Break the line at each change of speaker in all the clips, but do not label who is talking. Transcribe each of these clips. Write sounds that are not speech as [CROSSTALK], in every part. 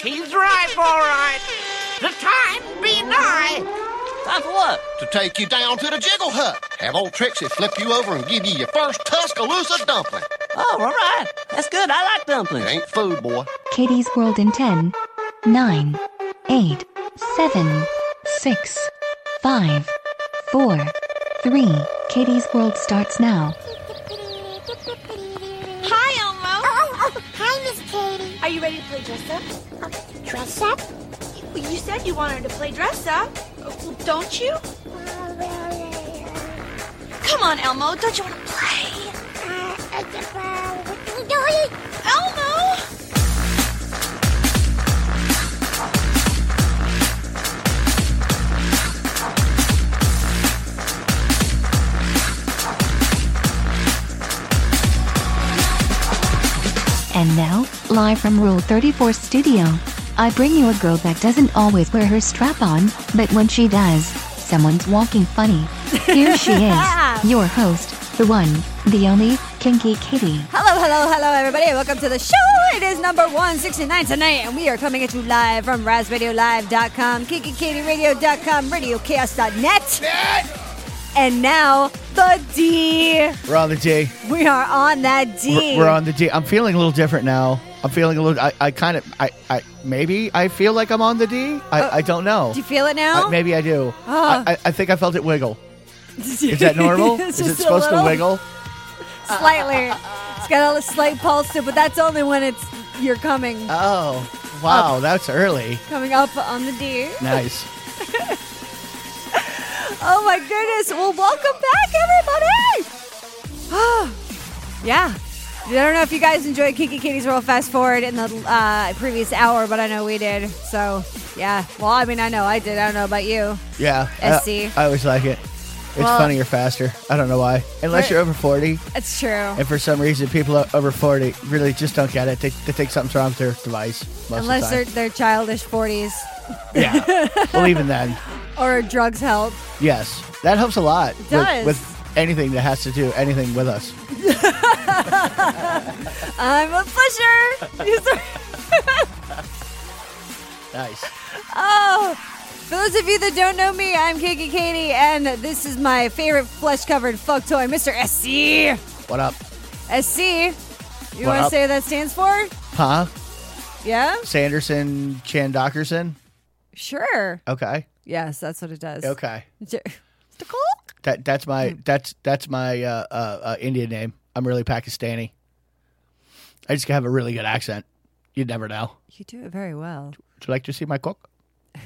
He's right, all right. The time be nigh.
Time for what?
to take you down to the jiggle hut. Have old Trixie flip you over and give you your first Tuscaloosa dumpling.
Oh, all right. That's good. I like dumplings.
It ain't food, boy.
Katie's World in 10, 9, 8, 7, 6, 5, 4, 3. Katie's World starts now.
Hi, Elmo. Oh, oh, hi, Miss Katie. Are you ready to play dress up?
Dress up?
Well, you said you wanted to play dress up. Uh, Well, don't you?
Oh, well,
Come on, Elmo. Don't you want to play?
uh, uh, it's about what you doing?
Elmo!
And now, live from Rule 34 Studio, I bring you a girl that doesn't always wear her strap on, but when she does, someone's walking funny. Here she is, your host, the one, the only, Kinky Katie.
Hello, hello, hello, everybody. Welcome to the show. It is number 169 tonight, and we are coming at you live from RazRadioLive.com, KikiKatieRadio.com, RadioChaos.net, and now the D.
We're on the D.
We are on that D.
We're, we're on the D. I'm feeling a little different now. I'm feeling a little. I, I kind of. I, I. Maybe I feel like I'm on the D. I, I don't know.
Uh, Do you feel it now? [LAUGHS]
I, maybe I do.
Ah.
I, I, I think I felt it
[LAUGHS]
wiggle. Is that normal?
It's
Is it
just a
supposed
little-
to wiggle?
Slightly. it's got a slight pulse to it, but that's only when it's you're coming
Oh, wow. That's early.
coming up on the D.
Nice.
Oh my goodness. Well, welcome back, everybody. Oh, yeah. I don't know if you guys enjoyed Kiki Katie's World Fast Forward in the uh, previous hour, but I know we did. So, yeah. Well, I mean, I know I did. I don't know about you.
Yeah. Uh,
SC.
I, I always like it. It's
Well-
funnier faster. I don't know why. Unless
Right.
you're over 40,
It's true.
and for some reason, people o- over 40 really just don't get it. They, they think something's wrong with their device. Most
Unless
of the
they're,
time.
they're childish 40s [LAUGHS]
Yeah. well, even then.
or drugs help.
Yes, that helps a lot. with-
does.
With, anything that has to do anything with us.
I'm a pusher. [LAUGHS] Yes, sir.
Nice.
Oh, for those of you that don't know me, I'm Kiki Katie, and this is my favorite flesh covered fuck toy, Mr. SC.
What up?
SC. You want
What
to
up?
say what that stands for?
Huh?
Yeah?
Sanderson Chan Dockerson?
Sure.
Okay.
Yes, that's what it does. [LAUGHS]
Okay.
Mr. Cole?
That that's my that's that's my uh, uh, uh, Indian name. I'm really Pakistani. I just have a really good accent. You'd never know.
You do it very well.
Would you like to see my cock? Do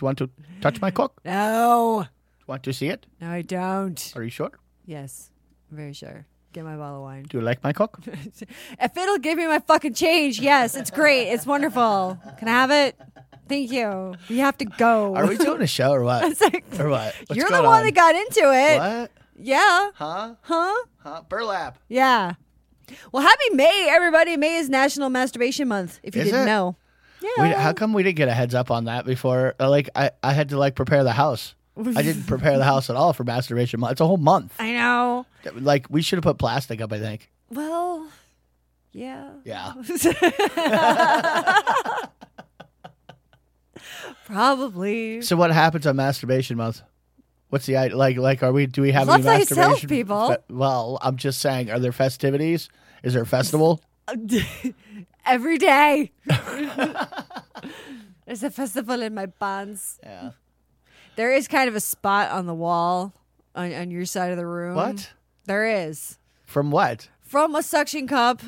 you want to touch my cock? Do
No.
you want to see it?
No, I don't.
Are you sure?
Yes, I'm very sure. Get my bottle of wine.
Do you like my cock?
If it'll give me my fucking change, yes, it's great. It's wonderful. Can I have it? Thank you. We have to go.
Are we doing a show
[LAUGHS]
or what?
like-
or what? What's
You're the
going
one
on?
that got into it.
What?
Yeah.
Huh?
Huh?
Huh? Burlap.
Yeah. Well, happy May, everybody. May is National Masturbation Month, if you
Is
didn't
it?
know.
We, how come we didn't get a heads up on that before? Uh, Like I, I had to like prepare the house.
[LAUGHS]
I didn't prepare the house at all for masturbation month. It's a whole month.
I know.
Like we should have put plastic up. I think.
Well, yeah. [LAUGHS]
Yeah.
Probably. [LAUGHS]
So what happens on masturbation month? What's the i- like? Like are we? Do we have
Love
any
thyself,
masturbation?
people.
fe- well, I'm just saying. Are there festivities? Is there a festival?
Every
[LAUGHS]
day. There's a festival in my pants.
Yeah.
There is kind of a spot on the wall on, on your side of the room.
What?
There is.
From what?
From a suction cup.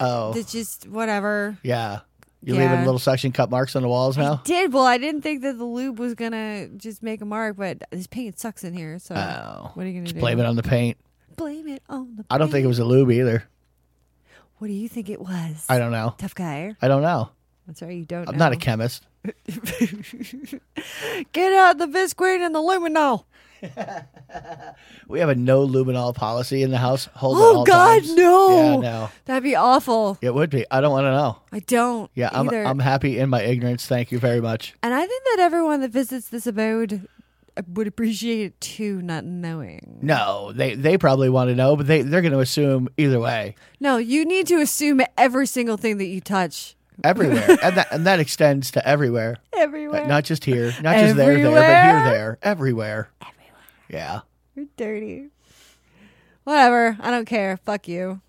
Oh.
That's just whatever.
Yeah. You're
Yeah.
leaving little suction cup marks on the walls now.
Did well. I didn't think that the lube was gonna just make a mark, but this paint sucks in here. So
Oh.
what are you gonna
Just
do?
blame it on the paint.
Blame it on the.
I don't think it was a lube either.
What do you think it was?
I don't know.
Tough guy.
I don't know.
That's right. You don't.
I'm
know.
not a chemist.
[LAUGHS] Get out the Visqueen and the luminol.
We have a no luminol policy in the house. Hold at
Oh
all
God,
times.
no.
Yeah, no.
That'd be awful.
It would be. I don't want to know.
I don't.
Yeah, I'm,
either.
I'm happy in my ignorance. Thank you very much.
And I think that everyone that visits this abode uh, would appreciate it too, not knowing.
No, they they probably want to know, but they they're going to assume either way,
No, you need to assume every single thing that you touch
everywhere,
[LAUGHS]
and that and that extends to everywhere,
everywhere.
not just here, not just there, there, but
Everywhere?
here, there, everywhere. Everywhere. Yeah.
You're dirty. Whatever. I don't care. Fuck you.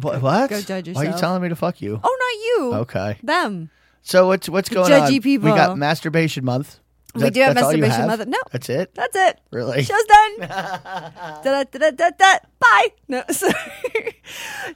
What? what?
go judge
Why are you
yourself.
telling me to fuck you?
Oh, not you.
Okay.
Them.
So what's what's going
judgy
on?
people.
We got masturbation month.
We do have
that's all you
masturbation month. No.
That's it.
That's it.
Really?
Show's done.
[LAUGHS]
da, da, da, da, da. Bye. No, [LAUGHS] sorry.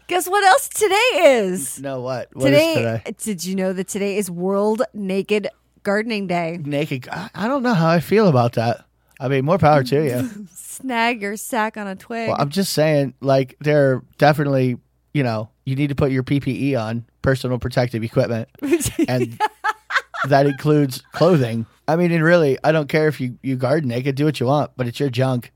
Guess what else today is?
no. What? What
today,
is today?
did you know that today is World Naked Gardening Day?
Naked. I, I don't know how I feel about that. I mean, more power
[LAUGHS]
to you.
Snag your sack on a twig.
Well, I'm just saying, like, there are definitely, you know, you need to put your PPE on, personal
[LAUGHS]
protective equipment, and that includes clothing. I mean, and really, I don't care if you you garden naked, do what you want, but it's your junk.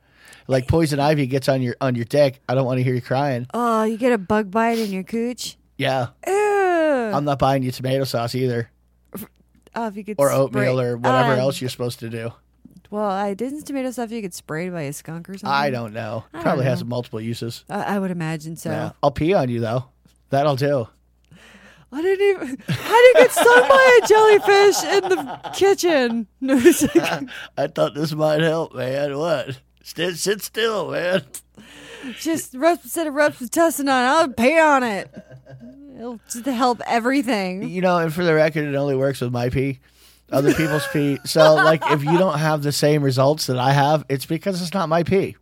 Like poison ivy gets on your on your dick. I don't want to hear you crying.
oh, you get a bug bite in your cooch.
Yeah,
Ew.
I'm not buying you tomato sauce either,
oh, if you could
or
spray-
oatmeal, or whatever
Um,
else you're supposed to do.
Well, I didn't tomato stuff. You get sprayed by a skunk or something.
I don't know.
mm-hmm. I
Probably
don't
has
know.
multiple uses.
I, I would imagine so.
Yeah. I'll pee on you though. That'll do.
I didn't even. How do you get stung by a jellyfish in the kitchen? [LAUGHS] No, it's
[LAUGHS]
like,
I thought this might help, man. What? Sit, sit still, man.
just rub, instead of Robitussin on, I'll pay on it. It'll just help everything.
You know, and for the record, it only works with my pee.
[LAUGHS]
Other people's pee. So, like, if you don't have the same results that I have, it's because it's not my pee.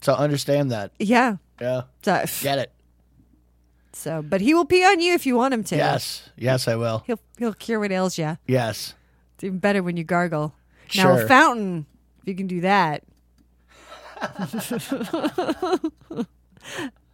So understand that.
Yeah.
Yeah.
So,
Get it.
so, but he will pee on you if you want him to.
Yes. Yes, I will.
He'll he'll cure what ails you.
Yes.
It's even better when you gargle. Now
Sure.
a fountain, if you can do
[LAUGHS]
that.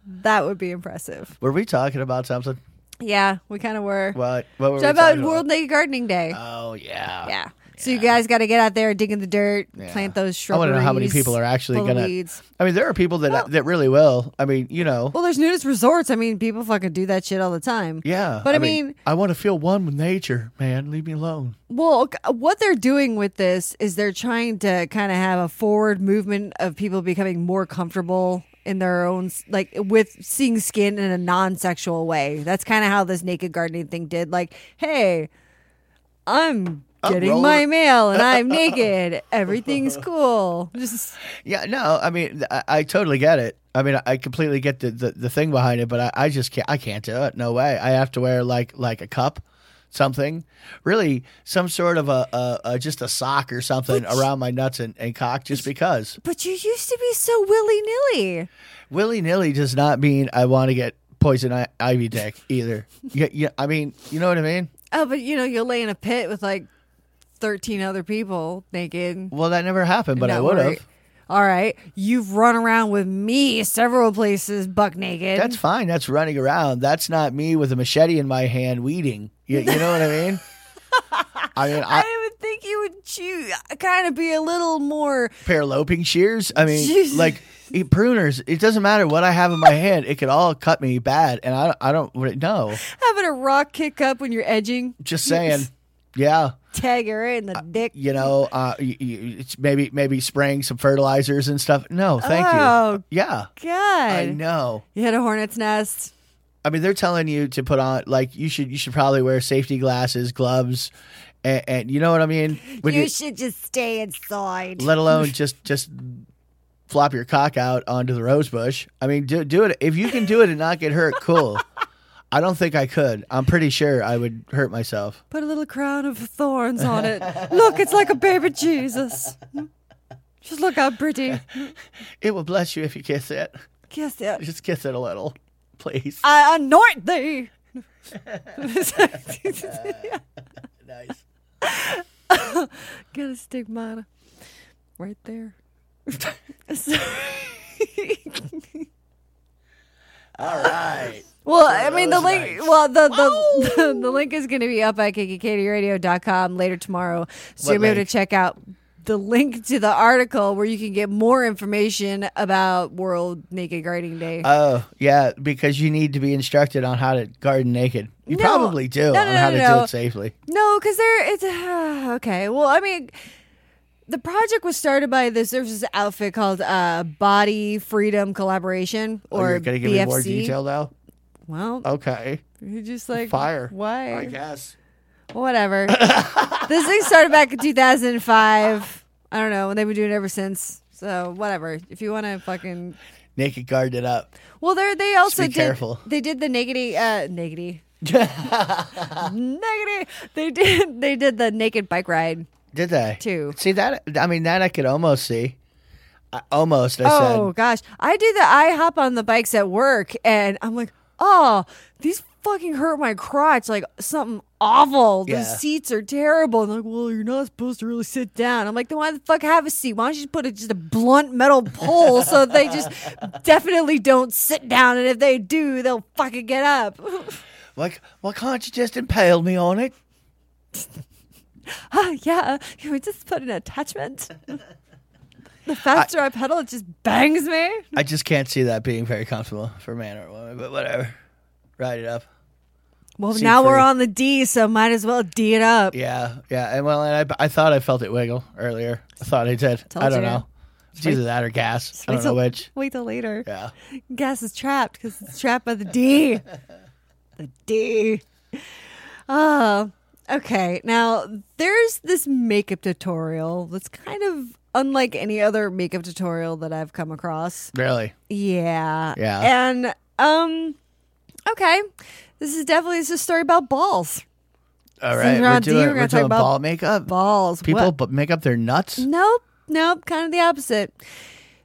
that would be impressive.
Were we talking about something?
Yeah, we kind of were.
What? What were
So
we
about
talking
World Naked Gardening Day.
Oh yeah.
yeah. So you guys got to get out there, dig in the dirt,
Yeah.
plant those
I
shrubs.
want to know how many people are actually gonna.
Weeds.
I mean, there are people that that really will. I mean, you know.
Well, there's nudist resorts. I mean, people fucking do that shit all the time.
yeah.
But I, mean,
I want to feel one with nature, man. Leave me alone.
Well, ok- what they're doing with this is they're trying to kind of have a forward movement of people becoming more comfortable in their own, s- like with seeing skin in a non sexual way. That's kind of how this naked gardening thing did. Like, hey, I'm getting my
rolling-
mail and [LAUGHS] I'm naked. [LAUGHS] Everything's cool. Just
Yeah, no, I mean, I, I totally get it. I mean, I, completely get the, the, the thing behind it, but I, I just can't. I can't do it. No way. I have to wear like like a cup, something, really, some sort of a, a, a just a sock or something around my nuts and, and cock, just because.
but you used to be so willy nilly.
Willy nilly does not mean I want to get poison I-
[LAUGHS]
ivy dick either. yeah, yeah, I mean, you know what I mean.
Oh, but you know, you'll lay in a pit with like thirteen other people naked.
Well, that never happened, but I
Not
would
worried.
have.
All right, you've run around with me several places, buck naked.
That's fine. That's running around. That's not me with a machete in my hand weeding. You, you know what
[LAUGHS]
I mean? I mean,
I
I,
didn't even think you would choose. Kind of be a little more.
Paraloping shears. I mean,
Jeez.
like it, pruners. It doesn't matter what I have in my hand; it could all cut me bad, and I, I don't re- know.
Having a rock kick up when you're edging,
Just saying, yeah,
tag her in the dick.
you know, uh, y y it's maybe maybe spraying some fertilizers and stuff. No, thank
Oh,
you. Yeah, I
God,
know.
you had a hornet's nest.
I mean, they're telling you to put on like you should you should probably wear safety glasses, gloves, and, and you know what I mean. When
you, should just stay inside.
let alone just just flop your cock out onto the rose bush. I mean, do do it if you can do it and not get hurt. Cool. [LAUGHS] I don't think I could. I'm pretty sure I would hurt myself.
Put a little crown of thorns on it. look, it's like a baby Jesus. Just look how pretty.
It will bless you if you kiss it.
Kiss it.
Just kiss it a little, please.
I anoint thee. [LAUGHS]
Nice.
Got a stigmata right there.
All right.
[LAUGHS] Well, I mean the
that was
link. Well, the the, [LAUGHS] the the link is going to be up at kkkradio.com later tomorrow, so
What
you'll be able to
link?
check out the link to the article where you can get more information about World Naked Gardening Day.
Oh, yeah, because you need to be instructed on how to garden naked. You
No.
probably do
No, no,
on
no,
how
no,
to
no.
do it safely.
No, because there it's [SIGHS] okay. Well, I mean, the project was started by this. There's this outfit called uh, Body Freedom Collaboration,
oh,
or
you're gonna
BFC.
give me more detail now?
Well,
Okay.
you're just like
Fire.
Why?
I guess. [LAUGHS]
Whatever. this thing started back in 2005. I don't know, and they've been doing it ever since. So whatever. If you want to fucking
Naked garden it [LAUGHS] up.
well, they they also
be
did
careful.
they did the negative uh negative negative they did they did the naked bike ride.
Did they?
Two.
See that? I mean, that I could almost see. I, almost, I
Oh gosh, I do the I hop on the bikes at work, and I'm like, oh, these fucking hurt my crotch like something awful. The
Yeah.
seats are terrible. And they're like, well, you're not supposed to really sit down. I'm like, then why the fuck have a seat? Why don't you put a, just a blunt metal pole so they just definitely don't sit down, and if they do, they'll fucking get up. [LAUGHS]
said, like, why can't you just impale me on it?
Ah, yeah, can we just put an attachment? The faster I pedal, it just bangs me.
I just can't see that being very comfortable for a man or a woman, but whatever. Ride it up.
Well,
Seat
now we're
free.
on the D, so might as well D it up.
Yeah, yeah. And well, and I, I thought I felt it wiggle earlier. I thought I did.
Told
I don't
you.
know. It's either that or gas. I
Wait
don't know
till-
which.
Wait till later.
Yeah.
Gas is trapped because it's trapped by the
[LAUGHS]
D. the D. Oh, okay. Now there's this makeup tutorial that's kind of unlike any other makeup tutorial that I've come across.
Really.
Yeah.
Yeah.
And um, okay, this is definitely this is a story about balls.
All
Since
right.
we're
We're
on D, we're
doing,
gonna
we're
talk
doing
about
ball makeup.
Balls.
People
What-
but make up their nuts.
Nope, nope, kind of the opposite.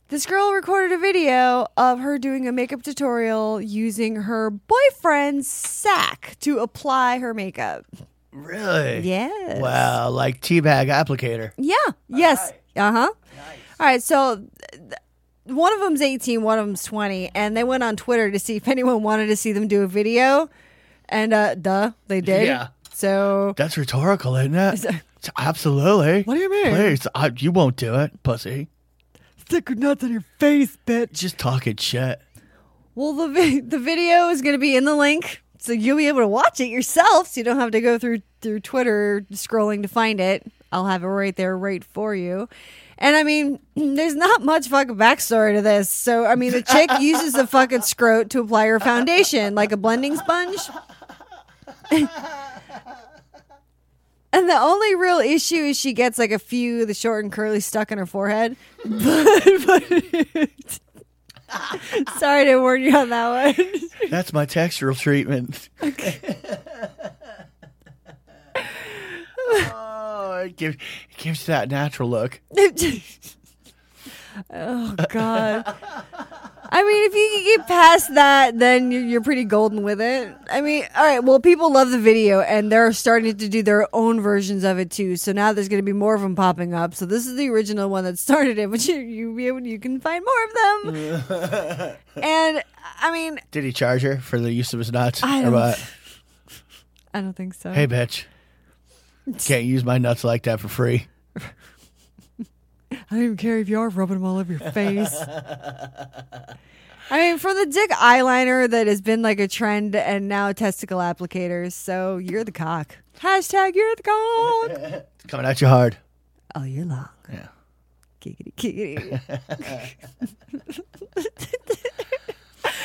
This girl recorded a video of her doing a makeup tutorial using her boyfriend's sack to apply her makeup.
Really?
Yes.
Wow. Like teabag applicator.
Yeah. yes. Uh huh. All right. So th- th- one of them's 18, one of them's 20, and they went on Twitter to see if [LAUGHS] anyone wanted to see them do a video. And uh, duh, they did.
Yeah.
So
That's rhetorical, isn't it? It's Absolutely.
What do you mean?
Please, I, you won't do it, pussy.
stick your nuts on your face, bitch.
Just talking shit.
Well, the vi- [LAUGHS] the video is going to be in the link, so you'll be able to watch it yourself. So you don't have to go through through Twitter scrolling to find it. I'll have it right there, right for you. And I mean, [CLEARS THROAT] there's not much fucking backstory to this. So I mean, the chick uses the fucking scrote to apply her foundation like a blending sponge. [LAUGHS] And the only real issue is she gets like a few of the short and curly stuck in her forehead. [LAUGHS] But, but [LAUGHS] sorry to warn you on that one.
That's my textural treatment. [LAUGHS] oh, it gives, it gives you that natural look.
oh God! I mean, if you can get past that, then you're, you're pretty golden with it. I mean, all right. Well, people love the video, and they're starting to do their own versions of it too. So now there's going to be more of them popping up. So this is the original one that started it, [LAUGHS] but you you be able you can find more of them. and I mean,
Did he charge her for the use of his nuts?
I
or
don't-
what?
I don't think so.
Hey, bitch. Can't use my nuts like that for free.
I don't even care if you are rubbing them all over your face.
[LAUGHS]
I mean, for the dick eyeliner that has been like a trend and now testicle applicators. So you're the cock. Hashtag you're the
[LAUGHS]
cock.
It's coming at you hard.
All year long.
Yeah.
Giggity, giggity.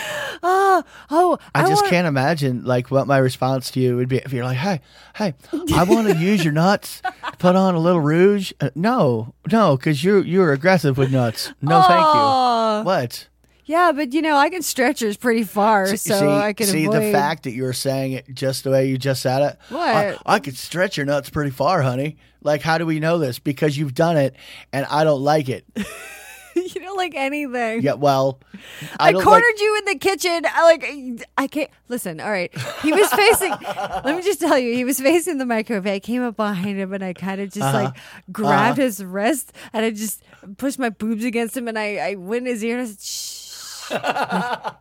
[LAUGHS]
oh, oh,
I, just
want-
can't imagine like what my response to you would be if you're like, "Hey, hey, I
[LAUGHS]
want to use your nuts, put on a little rouge." Uh, no, no, because you're you're aggressive with nuts. No,
Aw.
thank you. What?
Yeah, but you know, I can stretch yours pretty far,
See-
so
see,
I can
see
avoid.
the fact that you were saying it just the way you just said it. I,
What?
I could stretch your nuts pretty far, honey. Like, how do we know this? Because you've done it, and I don't like it.
[LAUGHS] you don't like anything.
Yeah, well,
[LAUGHS] I,
don't like-
cornered you in the kitchen. I like I can't listen. All right, he was
[LAUGHS]
facing. let me just tell you, he was facing the microwave. I came up behind him and I kind of just
Uh-huh.
like grabbed his wrist and I just pushed my boobs against him and I I went in his ear and I said, "Shh."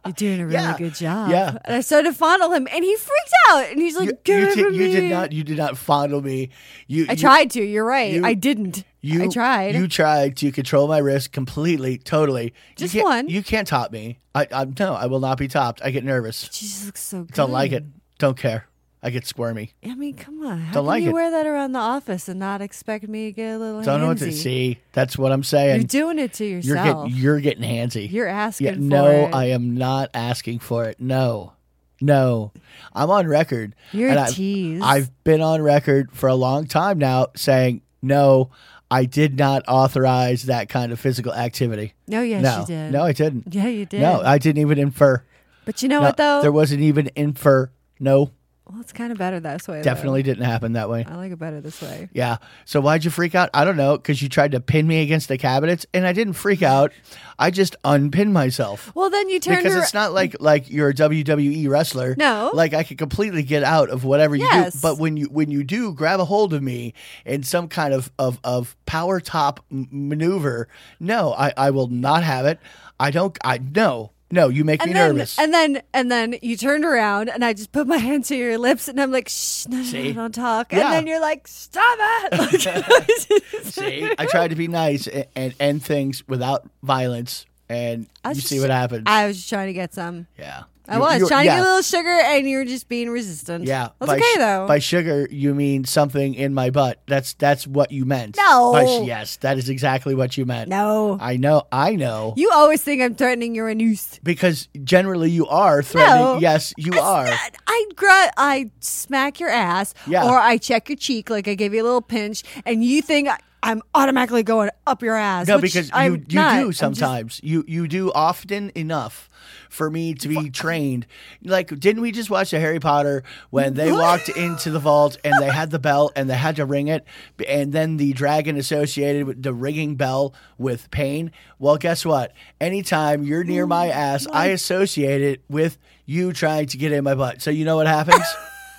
You're doing a really
Yeah.
good job.
Yeah.
And I started to fondle him, and he freaked out, and he's like,
You,
"Get
you
over
did, you did
me."
not. You did not fondle me. You.
I
you-
tried to. You're right.
you-
I didn't.
You
I tried.
You tried to control my wrist completely, totally. You
Just
can't-
one.
You can't top me. I, I no. I will not be topped. I get nervous.
she just looks so good.
Don't like it. Don't care. I get squirmy.
I mean, come on. How
Don't
can
like
you
it.
wear that around the office and not expect me to get a little
Don't know what
handsy?
to see. That's what I'm
You're
saying.
doing it to
You're
yourself.
getting you're getting handsy.
You're asking for
no,
it.
I am not asking for it. No. No. I'm on record.
You're
and
a
I've-
tease.
I've been on record for a long time now saying, no, I did not authorize that kind of physical activity.
No, yes,
no.
you did.
No, I didn't.
Yeah, you did.
No, I didn't even infer.
but you know
No,
what though?
There wasn't even infer. No,
well, it's kind of better this way. though.
definitely didn't happen that way.
I like it better this way.
Yeah. So why'd you freak out? I don't know, because you tried to pin me against the cabinets, and I didn't freak out. I just unpinned myself.
Well, then you turned.
Because
her-
it's not like like you're a WWE wrestler.
No.
Like I could completely get out of whatever you
Yes.
do. But when you when you do grab a hold of me in some kind of of, of power top m- maneuver, no, I, I will not have it. I don't I no. No, you make me
and then,
nervous.
and [LAUGHS] then, and then you turned around, and I just put my [LAUGHS] hand to your lips, and I'm like, "Shh, no, no, no,
See?
don't talk."
Yeah.
And then you're like, "Stop [LAUGHS]
[LAUGHS]
it!" Like,
See, I tried to be nice and, and end things without violence, and
I was
you see
just-
what happens.
I was just trying to get some.
yeah,
I
You-
was
you-
trying
yeah,
to get a little sugar, and you were just being resistant.
Yeah,
that's
by
okay
sh-
though.
By sugar, you mean something in my butt. That's that's what you meant.
No.
By sh- yes, that is exactly what you meant.
no,
I know, I know.
you always think I'm threatening your anus.
because generally, you are threatening.
No.
Yes, you are.
I gr- I smack your ass,
Yeah.
or I check your cheek, like I give you a little pinch, and you think I- I'm automatically going up your ass.
No,
which
because you,
I'm
you
not. I'm
do
just-
sometimes. You you do often enough for me to be trained. Like, didn't we just watch the Harry Potter when they walked into the vault and they had the bell and they had to ring it, b- and then the dragon associated with the ringing bell with pain? Well, guess what? Anytime you're near
Oh,
my ass, I associate it with you trying to get in my butt. So you know what happens?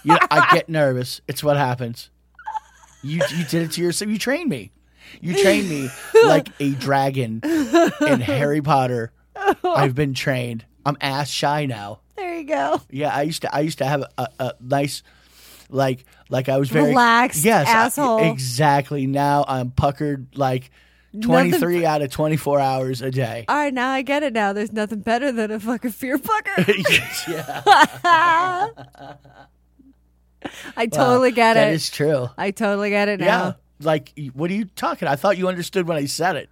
you, I get nervous. It's what happens. You you did it to yourself. You trained me. You
[LAUGHS]
trained me like a dragon in
[LAUGHS]
Harry Potter. I've been trained. I'm ass shy now.
there you go.
Yeah, I used to. I used to have a, a nice, like, like I was very
Relaxed
Yes, I-
asshole.
exactly. Now I'm puckered like twenty three out of twenty four hours
[LAUGHS]
a day. [LAUGHS]
All right, now I get it. Now there's nothing better than a fucking fear
[LAUGHS]
fucker.
yeah,
I totally get
that
it.
is true.
I totally get it
Yeah,
now.
like, what are you talking? I thought you understood when I said it.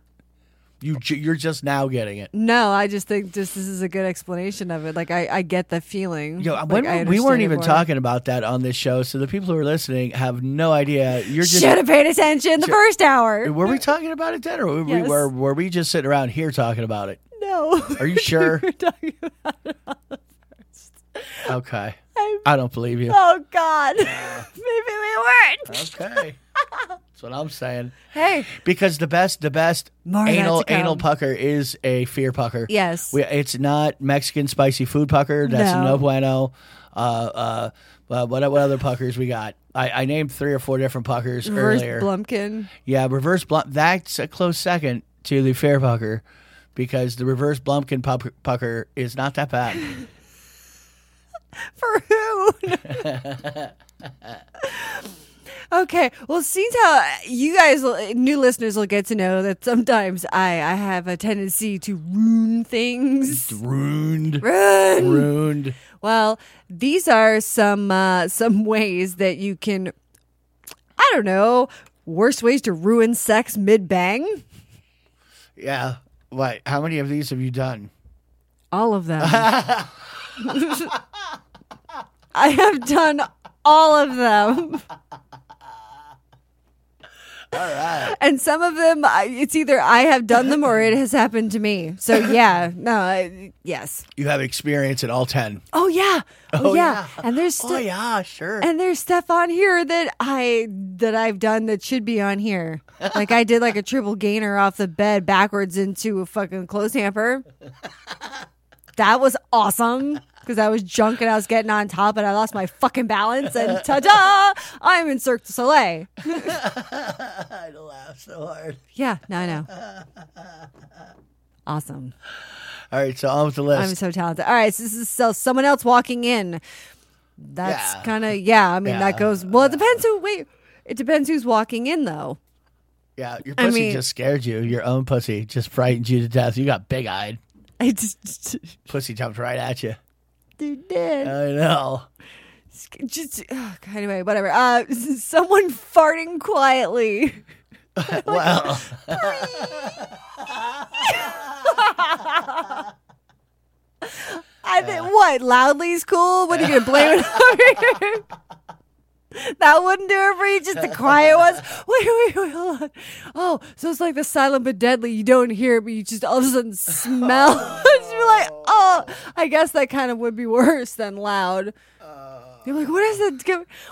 You ju- you're just now getting it.
No, I just think just this is a good explanation of it. Like I, I get the feeling.
Yo,
Like,
when
I
we- we
understand
weren't
it
even
more.
talking about that on this show, so the people who are listening have no idea. You're just
Should have paid attention the first hour.
were we talking about it then, or were,
Yes.
we, were were we just sitting around here talking about it?
No, [LAUGHS]
Are you sure?
we're talking about.
okay, I don't believe you.
Oh God, [LAUGHS] maybe we weren't.
Okay, that's what I'm saying.
Hey,
Because the best, the best
More of that
anal
to come.
anal pucker is a fear pucker.
Yes.
we, it's not Mexican spicy food pucker. That's
No.
no, bueno. Uh, uh, uh, what what other puckers we got? I, I named three or four different puckers
Reverse
earlier.
Blumpkin.
Yeah, reverse blump. That's a close second to the fair pucker because the reverse blumpkin pup- pucker is not that bad. [LAUGHS]
For who? okay. Well, since how you guys, new listeners, will get to know that sometimes I, I have a tendency to ruin things.
Ruined.
Ruin.
Ruined.
[LAUGHS] Well, these are some uh, some ways that you can, I don't know, worst ways to ruin sex mid bang.
Yeah. What? How many of these have you done?
All of them. [LAUGHS] I have done all of them. All right. And some of them, I- it's either I have done them or it has happened to me. So yeah, no, I, yes.
You have experience in all 10.
Oh yeah, oh,
Oh,
yeah.
yeah.
And there's stu-
Oh, yeah, sure.
and there's stuff on here that I that I've done that should be on here. Like I did like a triple gainer off the bed backwards into a fucking clothes hamper. That was awesome because I was drunk and I was getting on top and I lost my fucking balance and ta-da! I'm in Cirque du Soleil.
I laugh so hard.
Yeah, no, I know. Awesome.
All right, so on with the list.
I'm so talented. All right, so this is so someone else walking in. That's
Yeah.
kind of yeah. I mean,
Yeah.
that goes well. It depends who. Wait, it depends who's walking in though.
yeah, your
I
pussy
mean-
just scared you. Your own pussy just frightened you to death. You got big eyed.
[LAUGHS] I just,
Pussy jumped right at you.
they're dead.
I know.
just ugh, anyway, whatever. Uh, [LAUGHS] someone farting quietly.
Well,
I think what loudly is cool. What are you gonna blame it on? [LAUGHS] that wouldn't do it for you. Just the quiet
[LAUGHS]
ones. Wait, wait, wait, hold on. Oh, so it's like the silent but deadly. You don't hear it, but you just all of a sudden smell. [LAUGHS]
[LAUGHS]
You're like, oh, I guess that kind of would be worse than loud.
Uh.
You're like, what is it?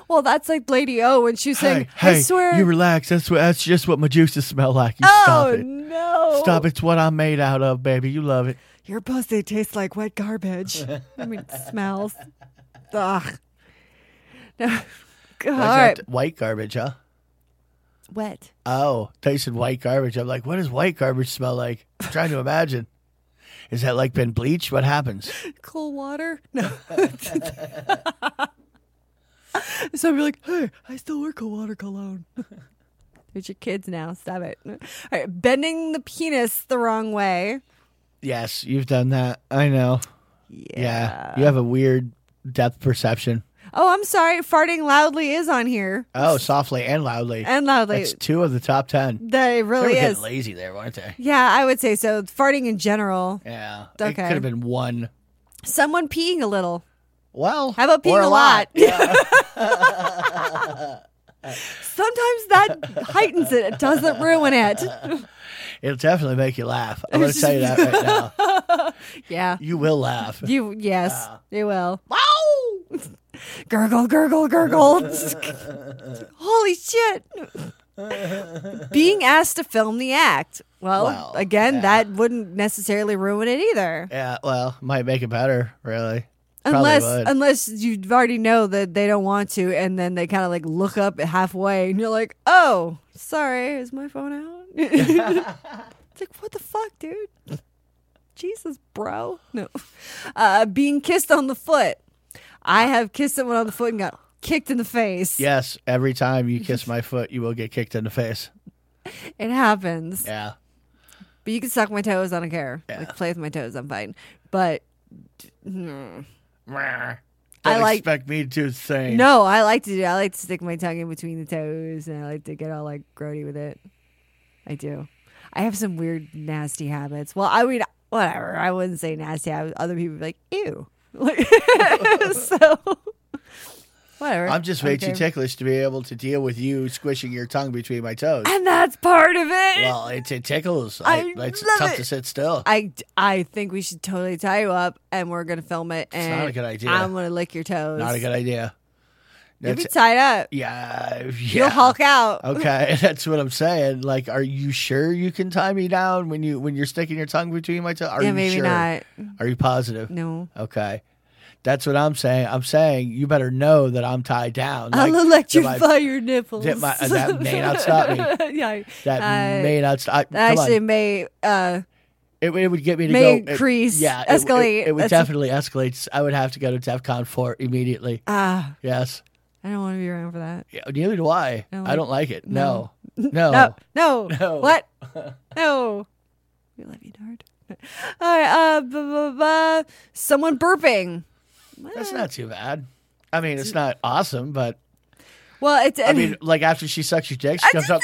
Well, that's like Lady O when she's saying,
hey, hey,
I swear.
you relax. That's what. That's just what my juices smell like. You
oh
stop it.
no!
Stop. It's what I'm made out of, baby. You love it.
Your pussy tastes like wet garbage. I mean, it smells. Ugh. No. [LAUGHS] All
That's
right.
not white garbage, huh?
Wet.
Oh, tasted white garbage. I'm like, what does white garbage smell like? I'm trying to imagine. Is that like been bleached? What happens?
Cool water? No. [LAUGHS] so I'm like, hey, I still wear cool water cologne. [LAUGHS] There's your kids now. Stop it. All right. Bending the penis the wrong way.
Yes, you've done that. I know. Yeah. You have a weird depth perception.
Oh, I'm sorry. Farting loudly is on here.
Oh, softly and loudly.
And loudly.
That's two of the top ten.
that it
They were
really
getting
is.
lazy there, weren't they?
Yeah, I would say so. Farting in general.
Yeah. It
Okay.
could have been one.
Someone peeing a little.
Well,
How about being
or
a lot? Sometimes that heightens it. It doesn't ruin it.
[LAUGHS] It'll definitely make you laugh.
[LAUGHS]
I'm going to tell you that right now.
Yeah.
You will laugh.
You yes, you will. Wow! [LAUGHS] gurgle, gurgle,
[LAUGHS]
gurgle. Holy shit. Being asked to film the act. Well,
Well,
again,
yeah.
that wouldn't necessarily ruin it either.
Yeah, well, might make it better, really. Probably
Unless
would.
unless you already know that they don't want to and then they kind of like look up halfway and you're like, "Oh, sorry, is my phone out?" [LAUGHS] it's like, "What the fuck, dude?" Jesus, bro. No. Uh, being kissed on the foot.
Ah.
I have kissed someone on the foot and got kicked in the face.
Yes, every time you
[LAUGHS]
kiss my foot, you will get kicked in the face.
It happens.
Yeah.
But you can suck my toes, I don't care. Like play with my toes, I'm fine. But
Don't
I like-
expect me to say
no, I like to do I like to stick my tongue in between the toes and I like to get all like grody with it. I do. I have some weird nasty habits. Well, I mean, whatever. I wouldn't say nasty. I, other people would be like, ew. [LAUGHS] Like, so, whatever.
I'm just way too
Okay.
ticklish to be able to deal with you squishing your tongue between my toes.
And that's part of it.
well, it, it tickles.
I
it's
love
tough
it.
to sit still.
I, I think we should totally tie you up and we're going to film it. And
not a good idea.
I'm going to lick your toes.
Not a good idea.
You'll be
That's,
tied up.
yeah, yeah.
You'll hulk out.
Okay, [LAUGHS] that's what I'm saying. Like, are you sure you can tie me down when you when you're sticking your tongue between my toes? Are
yeah,
you
maybe
sure?
not.
Are you positive?
No.
Okay. That's what I'm saying. I'm saying you better know that I'm tied down. Like,
I'll
that
electrify
my-
your nipples.
that my- uh, that may not stop me.
[LAUGHS] yeah,
That
I-
may not. St- I,
that
come on.
actually may. Uh,
It, it would get me to
may
go it-
increase,
yeah, it-
escalate.
It, it would
That's-
definitely escalate. I would have to go to DEF CON four immediately.
ah,
yes.
I don't want to be around for that.
Yeah, neither do I.
No.
I don't like it. No.
[LAUGHS]
No.
No, no,
Oh. [LAUGHS] No.
what? No, we love you, nerd. [LAUGHS] All right, uh, buh, buh, buh. someone burping.
That's not too bad. I mean, it's not awesome, but
Well, it's. [LAUGHS]
I mean, like after she sucks your dick, she comes up,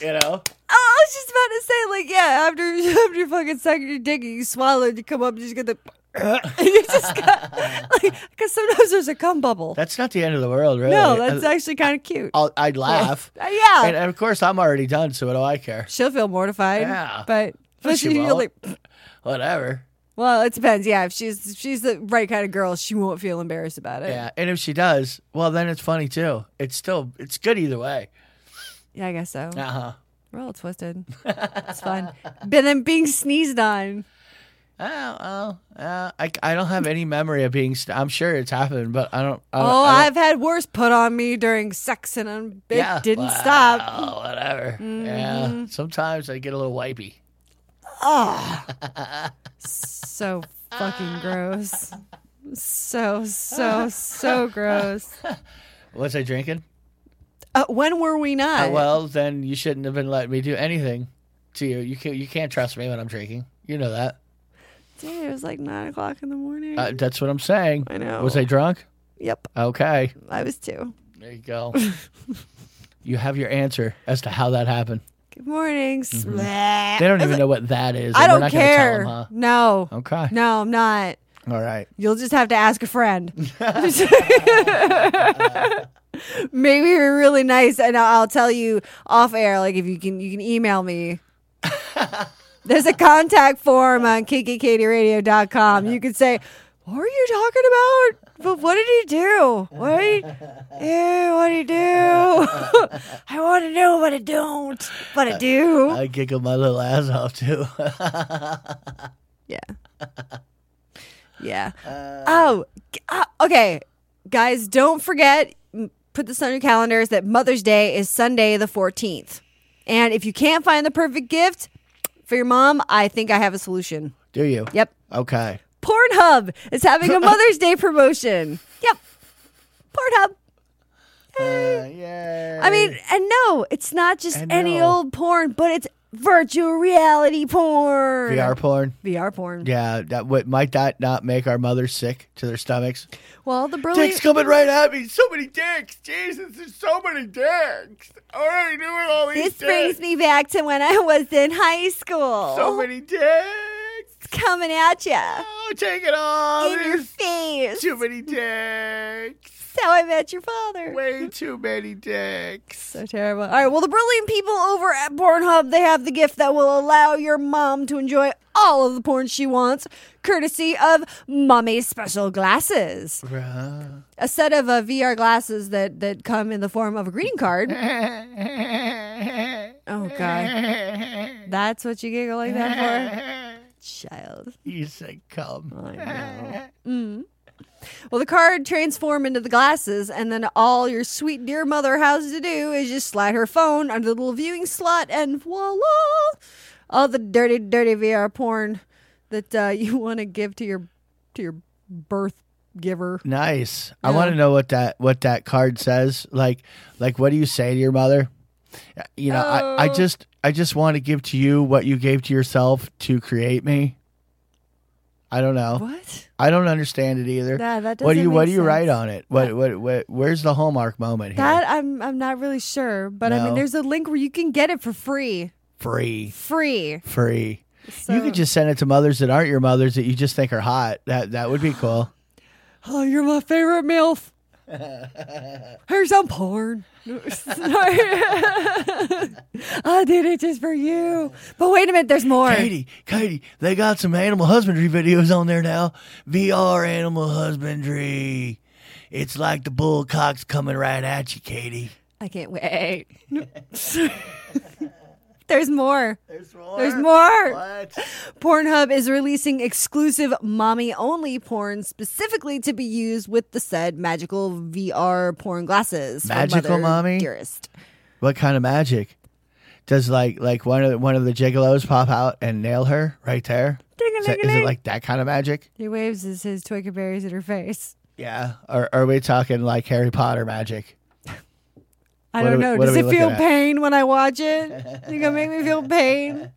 you know.
Oh, I was just about to say, like, yeah, after [LAUGHS] after you fucking sucking your dick and you swallow it, you come up and you just get the. [LAUGHS] you just got [LAUGHS] like because sometimes there's a cum bubble.
That's not the end of the world, really. Uh,
no, that's
I,
actually kind of cute.
I'll, I'd laugh,
[LAUGHS] Uh, yeah,
and, and of course, I'm already done. So what do I care?
she'll feel mortified.
Yeah.
but
No,
[LAUGHS] but
she
she will
won't. [LAUGHS]
[LAUGHS]
Whatever.
well, it depends. Yeah, if she's if she's the right kind of girl, she won't feel embarrassed about it.
Yeah, and if she does, well, then it's funny too. It's still it's good either way.
Yeah, I guess so.
Uh huh.
We're all
[LAUGHS]
twisted. it's fun. But then being sneezed on.
Oh, well, uh, I, I don't have any memory of being. St- I'm sure it's happened, but I don't. I don't
oh,
I
I've had worse put on me during sex, and I'm- it didn't stop. Mm-hmm.
Oh, whatever. Yeah. Sometimes I get a little wipey.
so fucking gross. So so so gross.
Was I drinking?
Uh, when were we not?
Uh, well, then you shouldn't have been letting me do anything to you. You can't. You can't trust me when I'm drinking. You know that.
Dude, it was like nine o'clock in the morning. [LAUGHS]
Uh, that's what I'm saying.
I know.
Was I drunk?
yep,
Okay.
I was two.
There
[LAUGHS]
you go. you have your answer as to how that happened.
Good mornings.
Mm-hmm. They don't even know what that is.
I
and
don't
we're not
care.
Gonna tell them,
No.
huh? Okay.
No, I'm not.
All right.
You'll just have to ask a
[LAUGHS]
friend. [LAUGHS] Maybe you're really nice, and I'll I'll tell you off air. Like if you can, you can email
[LAUGHS]
me. There's a contact form on kikiKatieRadio.com. You can say, "What were you talking about? But what did he do? What?
[LAUGHS]
Did he, ew, what did he do? [LAUGHS] I want to know, but I don't. But I do.
I giggle my little ass off too. [LAUGHS]
Yeah. yeah. oh, g- uh, okay. Guys, don't forget, m- put this on your calendars that Mother's Day is Sunday the 14th. And if you can't find the perfect gift for your mom, I think I have a solution.
do you?
Yep.
Okay.
Pornhub is having a
[LAUGHS]
Mother's Day promotion. Yep. Pornhub.
Uh, yeah.
I mean, and no, it's not just
I
any
know.
old porn, but it's virtual reality porn.
VR porn.
VR porn.
Yeah, that would might that not make our mothers sick to their stomachs?
Well, the brilliant.
Dicks coming right at me. So many dicks. Jesus, there's so many dicks. What are you doing with all these
This
dicks?
brings me back to when I was in high school.
so many dicks.
It's coming at you
Oh, take it off.
in your
There's
face.
too many dicks.
That's how I met your father.
Way too many dicks.
So terrible. All right. Well, the brilliant people over at Pornhub they have the gift that will allow your mom to enjoy all of the porn she wants, courtesy of Mommy's special glasses. A set of uh, VR glasses that that come in the form of a greeting
[LAUGHS]
card. oh God, that's what you giggle like that
[LAUGHS]
for, child.
You said come.
I know. Well, the card transform into the glasses, and then all your sweet dear mother has to do is just slide her phone under the little viewing slot, and voila! All the dirty, dirty VR porn that uh, [LAUGHS] you want to give to your to your birth giver.
Nice. I
Yeah.
want to know what that what that card says. Like like what do you say to your mother? You know, I, I
Oh.
just I just want to give to you what you gave to yourself to create me. I don't know.
What?
I don't understand it either.
That- that
what do
doesn't
you what
make
do you write
sense.
on it? What, what what where's the hallmark moment here?
That I'm I'm not really sure, but I mean,
No.
there's a link where you can get it for free.
free.
Free.
Free.
So,
you could just send it to mothers that aren't your mothers that you just think are hot. That that would be cool.
oh, you're my favorite
[LAUGHS]
milf. Here's some porn. [LAUGHS] Sorry. I did it just for you. But wait a minute, there's more.
Katie, Katie, they got some animal husbandry videos on there now. VR animal husbandry. It's like the bull cock's coming right at you, Katie.
I can't wait. there's more.
There's more.
There's more.
What?
Pornhub is releasing exclusive mommy only porn specifically to be used with the said magical VR porn glasses. for
Magical
mother
mommy?
Dearest.
What kind of magic? Does like like one of the, one of the gigolos pop out and nail her right there? Is, that, is it like that kind of magic?
He waves his, his twig of berries in her face.
Yeah. Or are we talking like Harry Potter magic?
I
What
don't
are we-
know.
what are
Does
we
it
looking
feel
at?
pain when I watch it? You gonna make me feel pain?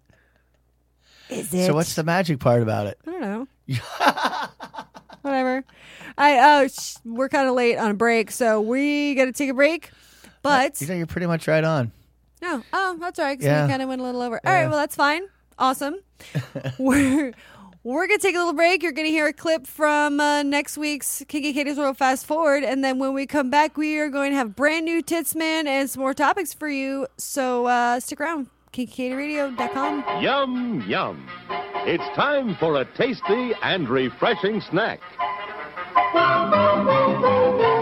Is it?
So what's the magic part about it?
I don't
[LAUGHS]
know. Whatever. I uh, sh- we're kind of late on a break, so we gotta take a break. But
You know, you're pretty much right on.
no, oh, that's all right. 'cause
Yeah.
we kind of went a little over. All right, well that's fine.
[LAUGHS]
Awesome. we're we're gonna take a little break. You're gonna hear a clip from uh, next week's Kinky Katie's World Fast Forward, and then when we come back, we are going to have brand new tits man and some more topics for you. So uh, stick around. KinkyKatieRadio.com.
Yum, yum. It's time for a tasty and refreshing snack.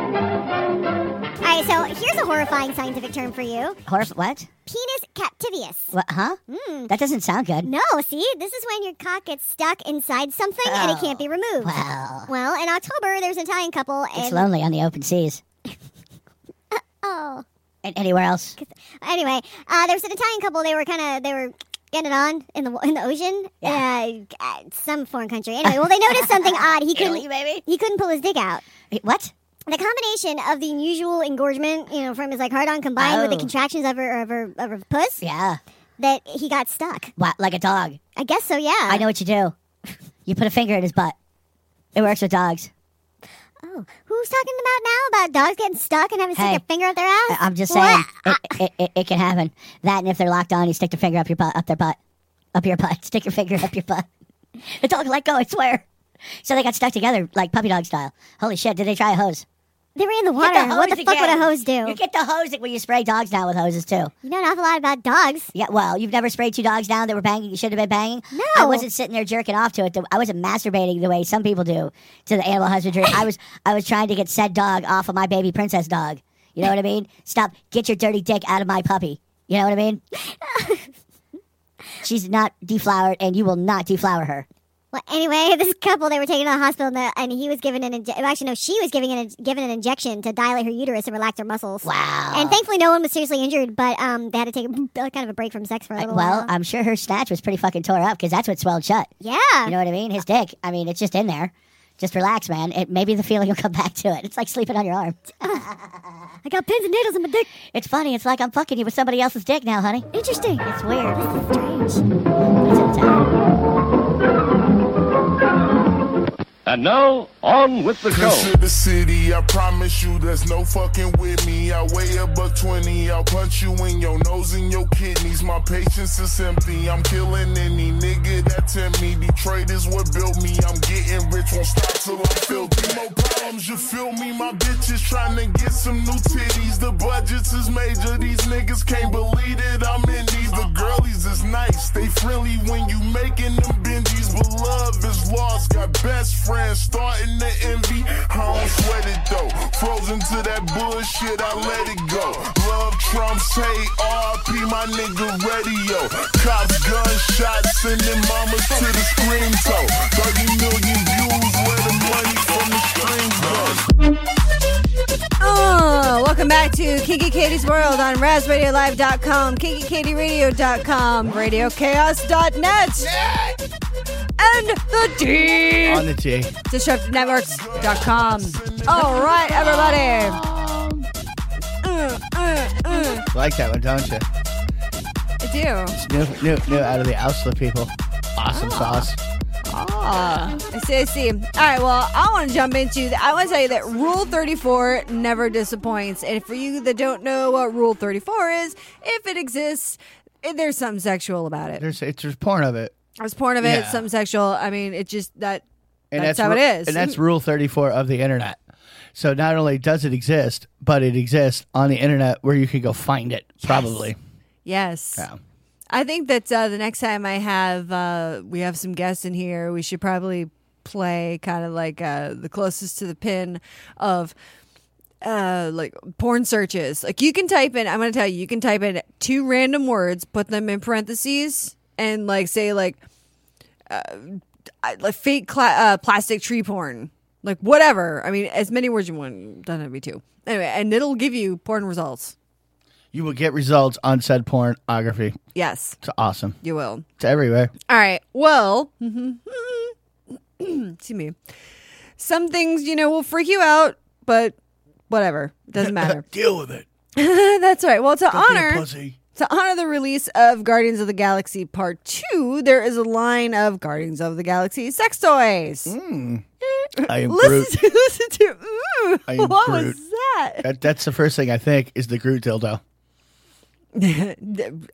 All right, so here's a horrifying scientific term for you.
Horse, what?
Penis captivius. Hmm.
What? Huh? That doesn't sound good.
No, see, this is when your cock gets stuck inside something and
Oh.
it can't be removed.
Well,
Well, in October, there's an Italian couple and
it's lonely on the open
[LAUGHS]
seas.
oh,
And anywhere else?
anyway, uh, there was an Italian couple. They were kind of they were stranded on in the in the ocean, uh, uh, some foreign country. Anyway, well, they noticed something
[LAUGHS]
odd. He couldn't,
Italy, maybe?
he couldn't pull his dick out.
What?
The combination of the unusual engorgement, you know, from his like hard on, combined with the
Oh.
contractions of her of her of her puss,
Yeah.
that he got stuck.
What? Like a dog.
I guess so. Yeah.
I know what you do. [LAUGHS] You put a finger in his butt. It works with dogs.
Oh, who's talking about now about dogs getting stuck and having to
Hey.
stick a finger up their ass?
I- I'm just
What?
saying, it, it, it, it can happen. That, and if they're locked on, you stick your finger up your butt, up their butt, up your butt. [LAUGHS] Stick your finger up your butt. The dog let go. I swear. So they got stuck together like puppy dog style. Holy shit! Did they try a hose?
They were in the
Get
water. what the
hose
fuck would a
again.
hose do?
You
You,
get the hose when you spray dogs down with hoses too.
know an awful lot about dogs.
Yeah, well, you've never sprayed two dogs down that were banging. You should have been banging.
No.
I wasn't sitting there jerking off to it. I wasn't masturbating the way some people do to the animal husbandry. I was, I was trying to get said dog off of my baby princess dog. You know what I mean? Stop. Get your dirty dick out of my puppy. You know what I mean? She's not deflowered, and you will not deflower her.
Well, anyway, [LAUGHS] this couple they were taken to the hospital, and, the, and he was given an inje- well, actually no, she was giving an given an injection to dilate her uterus and relax her muscles.
Wow.
And thankfully, no one was seriously injured, but um, they had to take a, [LAUGHS] kind of a break from sex for a
Uh,
little
well,
while.
I'm sure her snatch was pretty fucking tore up because that's what swelled shut.
yeah.
You know what I mean? His dick. I mean, it's just in there. Just relax, man. It, maybe the feeling will come [LAUGHS] back to it. It's like sleeping on your arm.
[LAUGHS] I got pins and needles in my dick.
It's funny. It's like I'm fucking you with somebody else's dick now, honey.
Interesting.
It's weird.
Strange.
And now, on with the show.
Consider the city, I promise you there's no fucking with me. I weigh a buck 20, I'll punch you in your nose and your kidneys. My patience is empty, I'm killing any nigga that tempt me. Detroit is what built me, I'm getting rich, won't stop till I'm filthy. More problems, you feel me? My bitch is trying to get some new titties. The budgets is major, these niggas can't believe it. I'm in these. The girlies is nice, they friendly when you making them binges. But love is lost, got best friends starting to envy. I don't sweat it though. Frozen to that bullshit, I let it go. Love trumps hate, RP my nigga radio. Cops, gunshots, sending mamas to the screen toe. 30 million views, where the money from the streams goes.
Oh, welcome back to Kinky Katie's World on RazRadioLive.com, KinkyKatieRadio.com, RadioChaos.net, and the D.
On the T.
DisruptiveNetworks.com. All right, everybody. Mm, mm, mm.
Like that one, don't you?
I do.
It's new, new, new out of the Ausla people. Awesome sauce.
Ah, I see, I see. All right, well, I want to jump into. The, I want to tell you that Rule 34 never disappoints. And for you that don't know what Rule 34 is, if it exists, eh, there's something sexual about it.
There's it's there's porn of it,
There's porn of it,
Yeah.
something sexual. I mean, it just that.
and
that's,
that's,
how
ru-
it is.
And that's Rule Thirty Four of the internet. So not only does it exist, but it exists on the internet where you could go find it. Probably.
yes.
Yeah.
I think that uh, the next time I have uh, we have some guests in here, we should probably play kind of like uh, the closest to the pin of uh, like porn searches. Like you can type in. I'm going to tell you, you can type in two random words, put them in parentheses, and like say like uh, I- like fake cla- uh, plastic tree porn. Like whatever. I mean, as many words you want. Doesn't have to be two. Anyway, and it'll give you porn results.
You will get results on said pornography.
Yes,
It's awesome.
you will.
It's everywhere.
All right. Well, [LAUGHS] excuse me. Some things, you know, will freak you out, but whatever. Doesn't [LAUGHS] matter.
[LAUGHS] Deal with it.
That's right. Well, to honor
pussy.
to honor the release of Guardians of the Galaxy Part 2, there is a line of Guardians of the Galaxy sex toys.
Mm. I am Groot.
[LAUGHS] Listen, to, listen to ooh,
I am
what
Groot.
was that?
That, that's the first thing I think is the Groot dildo.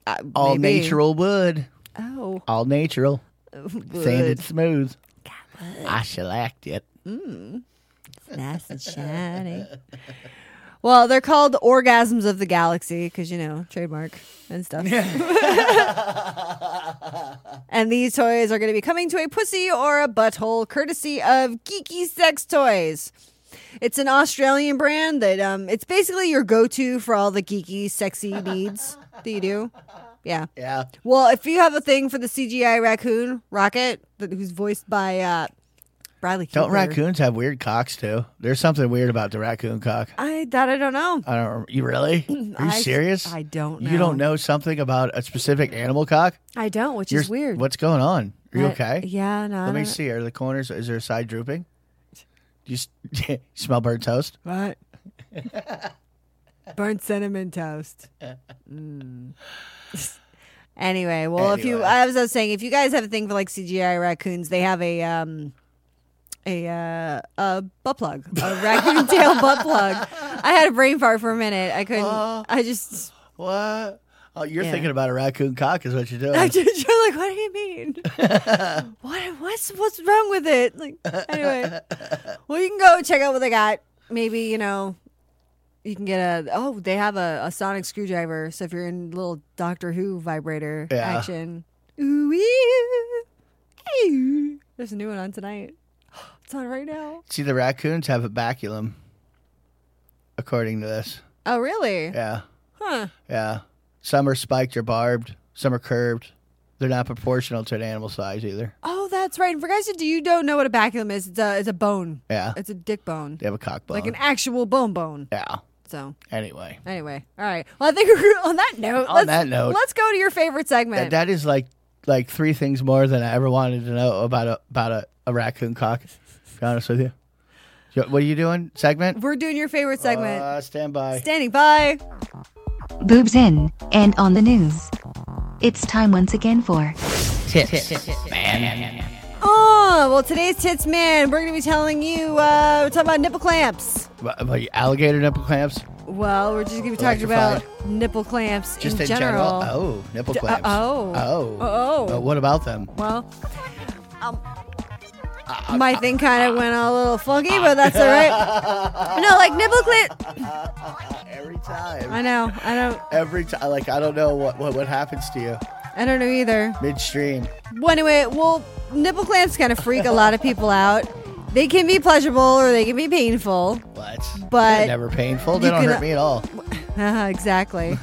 Uh,
All
maybe.
natural wood.
Oh.
All natural.
[LAUGHS]
Sanded
wood.
smooth. I shellacked it.
Mm. nice and shiny. Well, they're called orgasms of the galaxy because you know trademark and stuff. [LAUGHS] and these toys are going to be coming to a pussy or a butthole, courtesy of Geeky Sex Toys. It's an Australian brand that um, it's basically your go-to for all the geeky, sexy needs that you do. Yeah.
Yeah.
Well, if you have a thing for the CGI raccoon Rocket, that, who's voiced by uh, Bradley Cooper.
Don't raccoons have weird cocks too? There's something weird about the raccoon cock.
I that I don't know.
I don't.
[CLEARS THROAT]
You really? Are you
I-
serious?
I don't
You don't
know.
know something about a specific animal cock?
I don't, which is
You're-
weird.
What's going on? Are you
I-
okay?
yeah, no, I
Let me
don't-
see. Are the corners? Is there a side drooping? Do you, s- [LAUGHS] you smell burnt toast?
What? Burnt cinnamon toast. Mm. anyway, well, if you,
Anyway.
as I was saying, if you guys have a thing for like CGI raccoons, they have a um, a uh, a butt plug, a raccoon
[LAUGHS]
tail butt plug. I had a brain fart for a minute. I couldn't.
Uh.
I just
what? Oh, you're
Yeah.
thinking about a raccoon cock is what you're doing.
[LAUGHS] I just, you're like, what do you mean? [LAUGHS] what what's what's wrong with it? Like anyway, well, you can go check out what they got. Maybe you know, you can get a oh they have a, a sonic screwdriver. So if you're in little Doctor Who vibrator
Yeah.
action, ooh ew. Ew. there's a new one on tonight. [GASPS] It's on right now.
see, the raccoons have a baculum, according to this.
Oh really?
Yeah.
Huh.
Yeah. Some are spiked or barbed. Some are curved. They're not proportional to an animal size either.
Oh, that's right. And for guys who you don't know what a baculum is, it's a it's a bone.
Yeah.
It's a dick bone.
They have a cock bone.
Like an actual bone bone.
yeah.
So
Anyway,
Anyway, all right. Well, I think we're, on that note.
On
let's-
that note.
let's go to your favorite
that,
segment.
that is like like three things more than I ever wanted to know about a about a, a raccoon cock. To be honest with you. So, What are you doing? Segment?
we're doing your favorite segment.
Uh, stand by.
Standing by.
Boobs in and on the news. It's time once again for
Man.
Oh well, today's tits man. We're gonna be telling you. Uh, we're talking about nipple clamps.
What, what, alligator nipple clamps?
Well, we're just gonna be talking
Electrified.
about nipple clamps
Just
in,
in
general.
Oh, nipple
D- uh,
clamps.
oh.
Oh.
Oh.
But what about them?
Well,
Uh,
um, my thing kind of went a little funky, but that's all right.
[LAUGHS]
no, like nipple clamp.
Every time.
I know. I don't.
Every time. Like, I don't know what, what, what happens to you
I don't know either.
midstream.
Well, anyway, well, nipple clamps kind of freak a lot of people out. They can be pleasurable or they can be painful. [LAUGHS]
What?
But
They're never painful. They
you
don't
can-
hurt me at all.
Uh,
[LAUGHS]
exactly.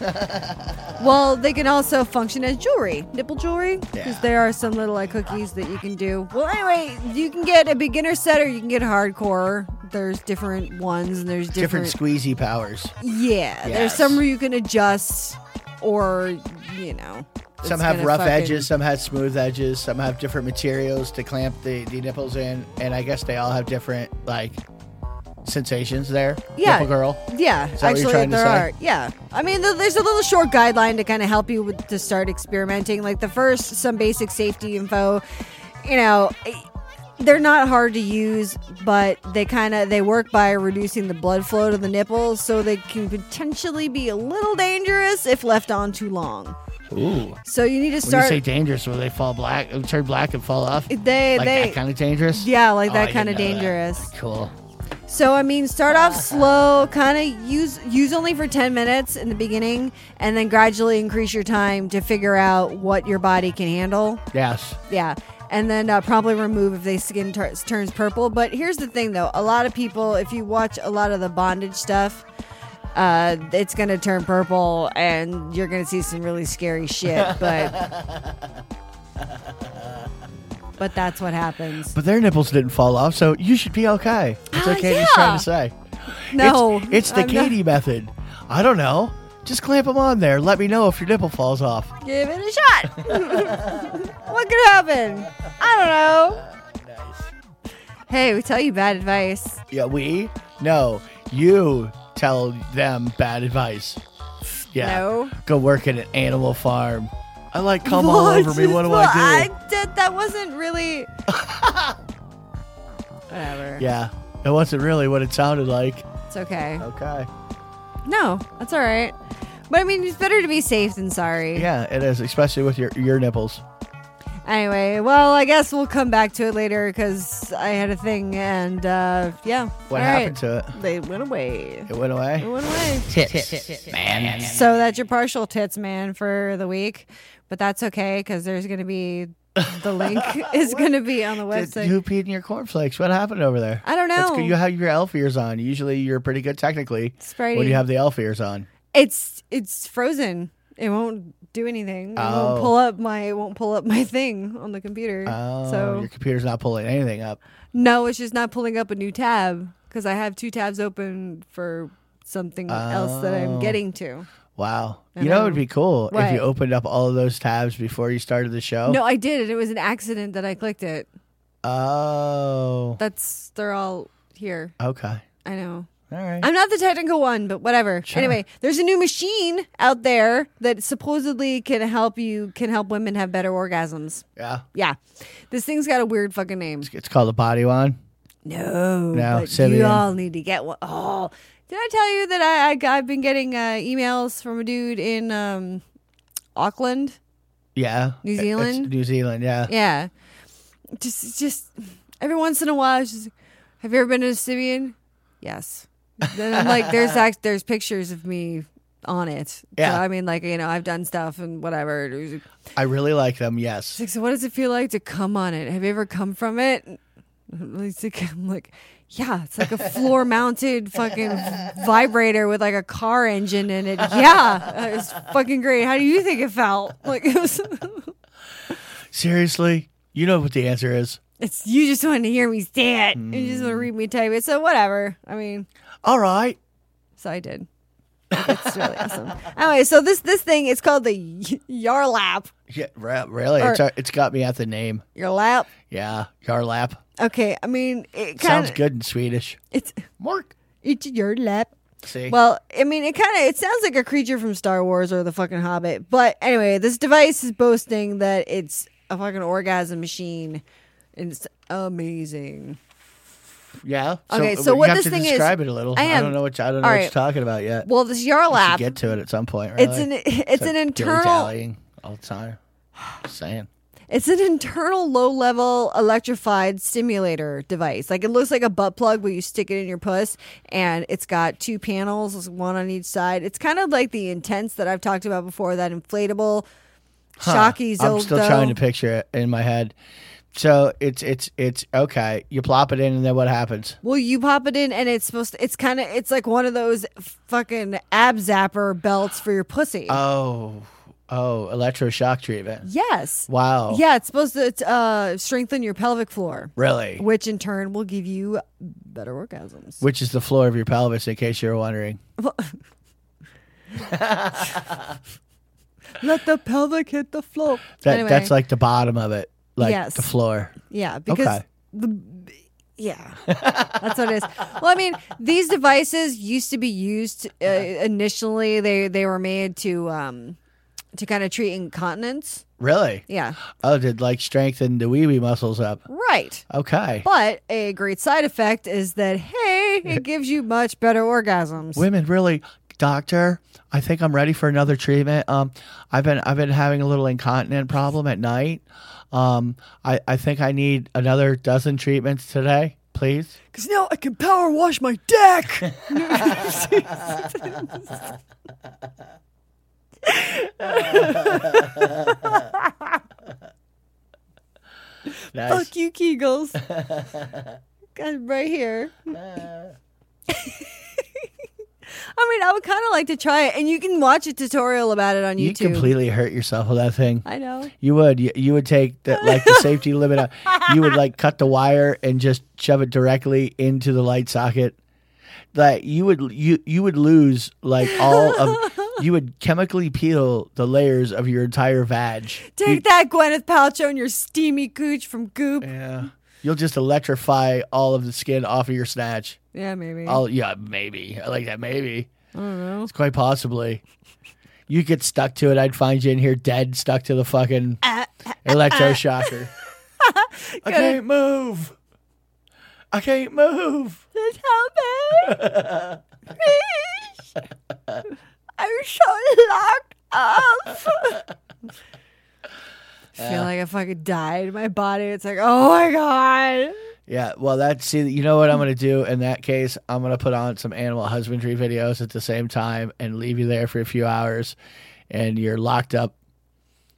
well, they can also function as jewelry, nipple jewelry, because
Yeah.
there are some little like cookies that you can do. Well, anyway, you can get a beginner set or you can get hardcore. There's different ones and there's
Different,
different.
squeezy powers.
yeah, there's
Yes.
some where you can adjust, or you know, it's
Some have
gonna
rough
fucking-
edges, some have smooth edges, some have different materials to clamp the, the nipples in, and I guess they all have different like sensations there.
Yeah.
nipple girl.
Yeah,
Is that what
actually,
you're trying to
there
say?
are. Yeah, I mean, th- there's a little short guideline to kind of help you with, to start experimenting. Like the first, some basic safety info. You know, eh, they're not hard to use, but they kind of they work by reducing the blood flow to the nipples, so they can potentially be a little dangerous if left on too long.
Ooh.
So you need to
When
start.
you say dangerous, will they fall black, uh, turn black, and fall off?
They-
like
they-
that kind of dangerous.
yeah, like
Oh, I
that
didn't
kind of
know that.
dangerous.
Cool.
So I mean, start off slow, kind of use use only for 10 minutes in the beginning and then gradually increase your time to figure out what your body can handle.
Yes.
Yeah. And then uh, probably remove if they skin tur turns purple. But here's the thing though, a lot of people if you watch a lot of the bondage stuff, uh, it's going to turn purple and you're going to see some really scary shit, but but that's what happens.
But their nipples didn't fall off, so you should be okay. That's what Katie's trying to say.
Uh, No,
It's, it's the
I'm not-
Katie method. I don't know. Just clamp them on there. Let me know if your nipple falls off.
Give it a shot. [LAUGHS] what could happen? I don't know. Hey, we tell you bad advice.
Yeah, we? No, you tell them bad advice. Yeah.
No.
Go work at an animal farm. I like come all
What?
over me. What do
Well,
I do?
did- that wasn't really. [LAUGHS] Whatever.
Yeah. It wasn't really what it sounded like.
It's okay.
Okay.
No, that's all right. But I mean, it's better to be safe than sorry.
Yeah, it is, especially with your, your nipples.
Anyway, well, I guess we'll come back to it later because I had a thing and uh, yeah.
What
All right.
happened to it?
They went away.
It went away?
It went away.
Tits. Man.
So that's your partial tits, man, for the week. But that's okay because there's going to
[LAUGHS]
be the link [LAUGHS] is going to be on the
Did
website.
you peed in your cornflakes? What happened over there?
I don't
That's
know.
good. You have your elf ears on. Usually you're pretty good technically
Spritey.
when you have the elf ears on.
it's it's frozen. It won't do anything. It
Oh.
won't pull up my it won't pull up my [LAUGHS] thing on the computer.
Oh,
so
your computer's not pulling anything up.
no, it's just not pulling up a new tab because I have two tabs open for something else that I'm
Oh.
getting to.
Wow.
I
You know, it
know.
would be cool if
What?
you opened up all of those tabs before you started the show.
No, I did, and it was an accident that I clicked it.
oh.
That's they're all here.
Okay.
I know.
All right.
I'm not the technical one, but whatever. Anyway, there's a new machine out there that supposedly can help you can help women have better orgasms.
Yeah.
Yeah. This thing's got a weird fucking name.
It's called the body one.
No.
No,
but
Simeon.
you all need to get one. Oh, did I tell you that I, I got- I've been getting uh, emails from a dude in um, Auckland?
Yeah.
New
It- it's
Zealand?
New Zealand, yeah.
Yeah. Just just every once in a while it's just have you ever been to a Sibian? Yes. Then I'm like there's act there's pictures of me on it.
Yeah.
So I mean like, you know, I've done stuff and whatever. It was-
I really like them, yes.
It's like, so what does it feel like to come on it? Have you ever come from it? It's like- [LAUGHS] I'm like, yeah, it's like a floor mounted fucking vibrator with like a car engine in it. Yeah, it's fucking great. How do you think it felt? Like, it was,
Seriously? You know what the answer is.
it's you just want to hear me say it. You just
Mm.
want to read me type it. So whatever. I mean,
all right.
So I did. It's really awesome. [LAUGHS] Anyway, so this this thing it's called the y- Yarlap.
Yeah, re- really?
Or-
it's, a- it's got me at the name.
Yarlap.
Yeah. Yarlap.
Okay, I mean, it kind
Sounds
of
good in Swedish.
It's
Mark.
It's your lap.
See?
Well, I mean, it kind of it sounds like a creature from Star Wars or the fucking Hobbit. But anyway, this device is boasting that it's a fucking orgasm machine, and it's amazing.
Yeah.
Okay, so
you
what
have
this
to
thing is-
describe it a little.
I
I,
am-
don't know what I don't know
All
what you're
right.
talking about yet.
Well, this
We should
Yarlap,
get to it at some point.
It's
really.
an- it's an
Stop
internal-
dilly-dallying all the time. Just saying.
it's an internal low level electrified stimulator device. Like it looks like a butt plug, but you stick it in your puss, and it's got two panels, one on each side. It's kind of like the intense that I've talked about before, that inflatable.
Huh.
Shocky Zoldo.
I'm still trying to picture it in my head. So it's it's it's okay. You plop it in, and then what happens?
Well, you pop it in, and it's supposed to. It's kind of. It's like one of those fucking ab zapper belts for your pussy.
Oh, oh, electroshock treatment.
yes.
Wow.
Yeah, it's supposed to it's, uh, strengthen your pelvic floor.
Really?
Which in turn will give you better orgasms.
Which is the floor of your pelvis, in case you're wondering.
[LAUGHS] Let the pelvic hit the floor.
That
Anyway.
that's like the bottom of it, like
Yes.
the floor.
Yeah, because
Okay.
the yeah, that's what it is. Well, I mean, these devices used to be used uh, initially. They they were made to um to kind of treat incontinence.
Really?
Yeah,
Oh, did like strengthen the wee wee muscles up?
right.
Okay.
But a great side effect is that hey, it gives you much better orgasms.
Women really, doctor. I think I'm ready for another treatment. Um, I've been I've been having a little incontinent problem at night. Um, I I think I need another dozen treatments today, please.
Cause now I can power wash my dick. Fuck you, [LAUGHS] Kegels. God, right [LAUGHS] here. I mean, I would kind of like to try it, and you can watch a tutorial about it on
You
YouTube.
completely hurt yourself with that thing.
I know.
You would. You, you would take that like the safety
[LAUGHS]
limit. Out. You would like cut the wire and just shove it directly into the light socket. Like you would you you would lose like all of you would chemically peel the layers of your entire vag.
[LAUGHS] Take that, Gwyneth Paltrow, and your steamy cooch from Goop.
Yeah. You'll just electrify all of the skin off of your snatch.
Yeah, maybe.
All yeah, maybe. I like that. Maybe.
I don't know.
It's quite possibly. You get stuck to it. I'd find you in here dead, stuck to the fucking
Uh, [LAUGHS]
electroshocker. I can't move. I can't move.
Just help me.
[LAUGHS]
Please. I'm so locked
[LAUGHS]
up. I feel
Uh.
like if I could die in my body, it's like, oh my God.
Yeah. Well, that's see. You know what I'm gonna do in that case? I'm gonna put on some animal husbandry videos at the same time and leave you there for a few hours, and you're locked up.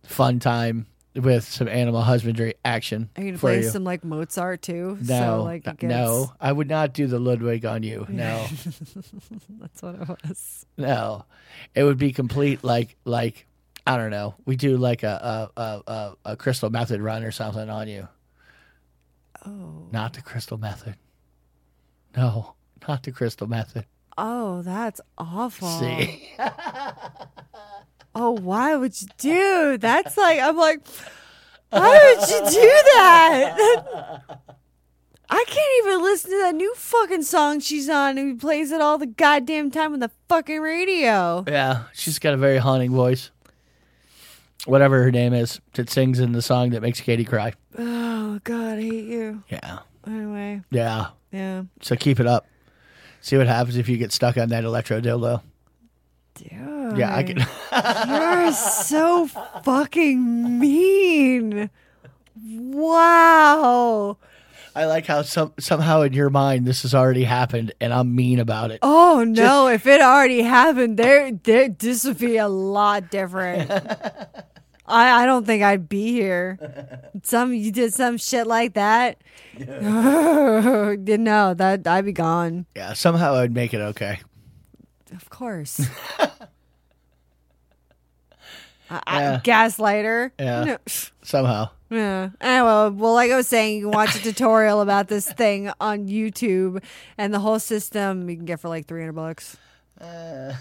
Fun time with some animal husbandry action.
Are you going to
for
play
you.
some like Mozart too?
No,
So, like, it
n- no,
gets-
I would not do the Ludwig on you.
[LAUGHS]
No,
That's what it was.
no, it would be complete like like I don't know. We do like a a, a, a a crystal method run or something on you.
Oh.
Not the crystal method. No, not the crystal method.
Oh, that's awful.
See.
Oh, why would you do? That's like I'm like, why would you do that? I can't even listen to that new fucking song she's on who plays it all the goddamn time on the fucking radio. [SIGHS]
Yeah, she's got a very haunting voice. Whatever her name is that sings in the song that makes Katie cry.
Oh God, I hate you.
Yeah.
Anyway.
Yeah.
Yeah.
So keep it up. See what happens if you get stuck on that electro dildo. Yeah, I can.
You're so fucking mean. Wow.
I like how some somehow in your mind this has already happened and I'm mean about it.
Oh no! if it already happened, there, there, this would be a lot different. I, I don't think I'd be here. Some you did some shit like that. [LAUGHS] no, that I'd be gone.
Yeah, somehow I'd make it okay.
Of course. I, I-
Yeah.
[LAUGHS] gaslighter.
Yeah.
No. [LAUGHS]
Somehow.
Yeah. Anyway, well, like I was saying, you can watch a tutorial about this thing on YouTube, and the whole system you can get for like three hundred bucks. Uh,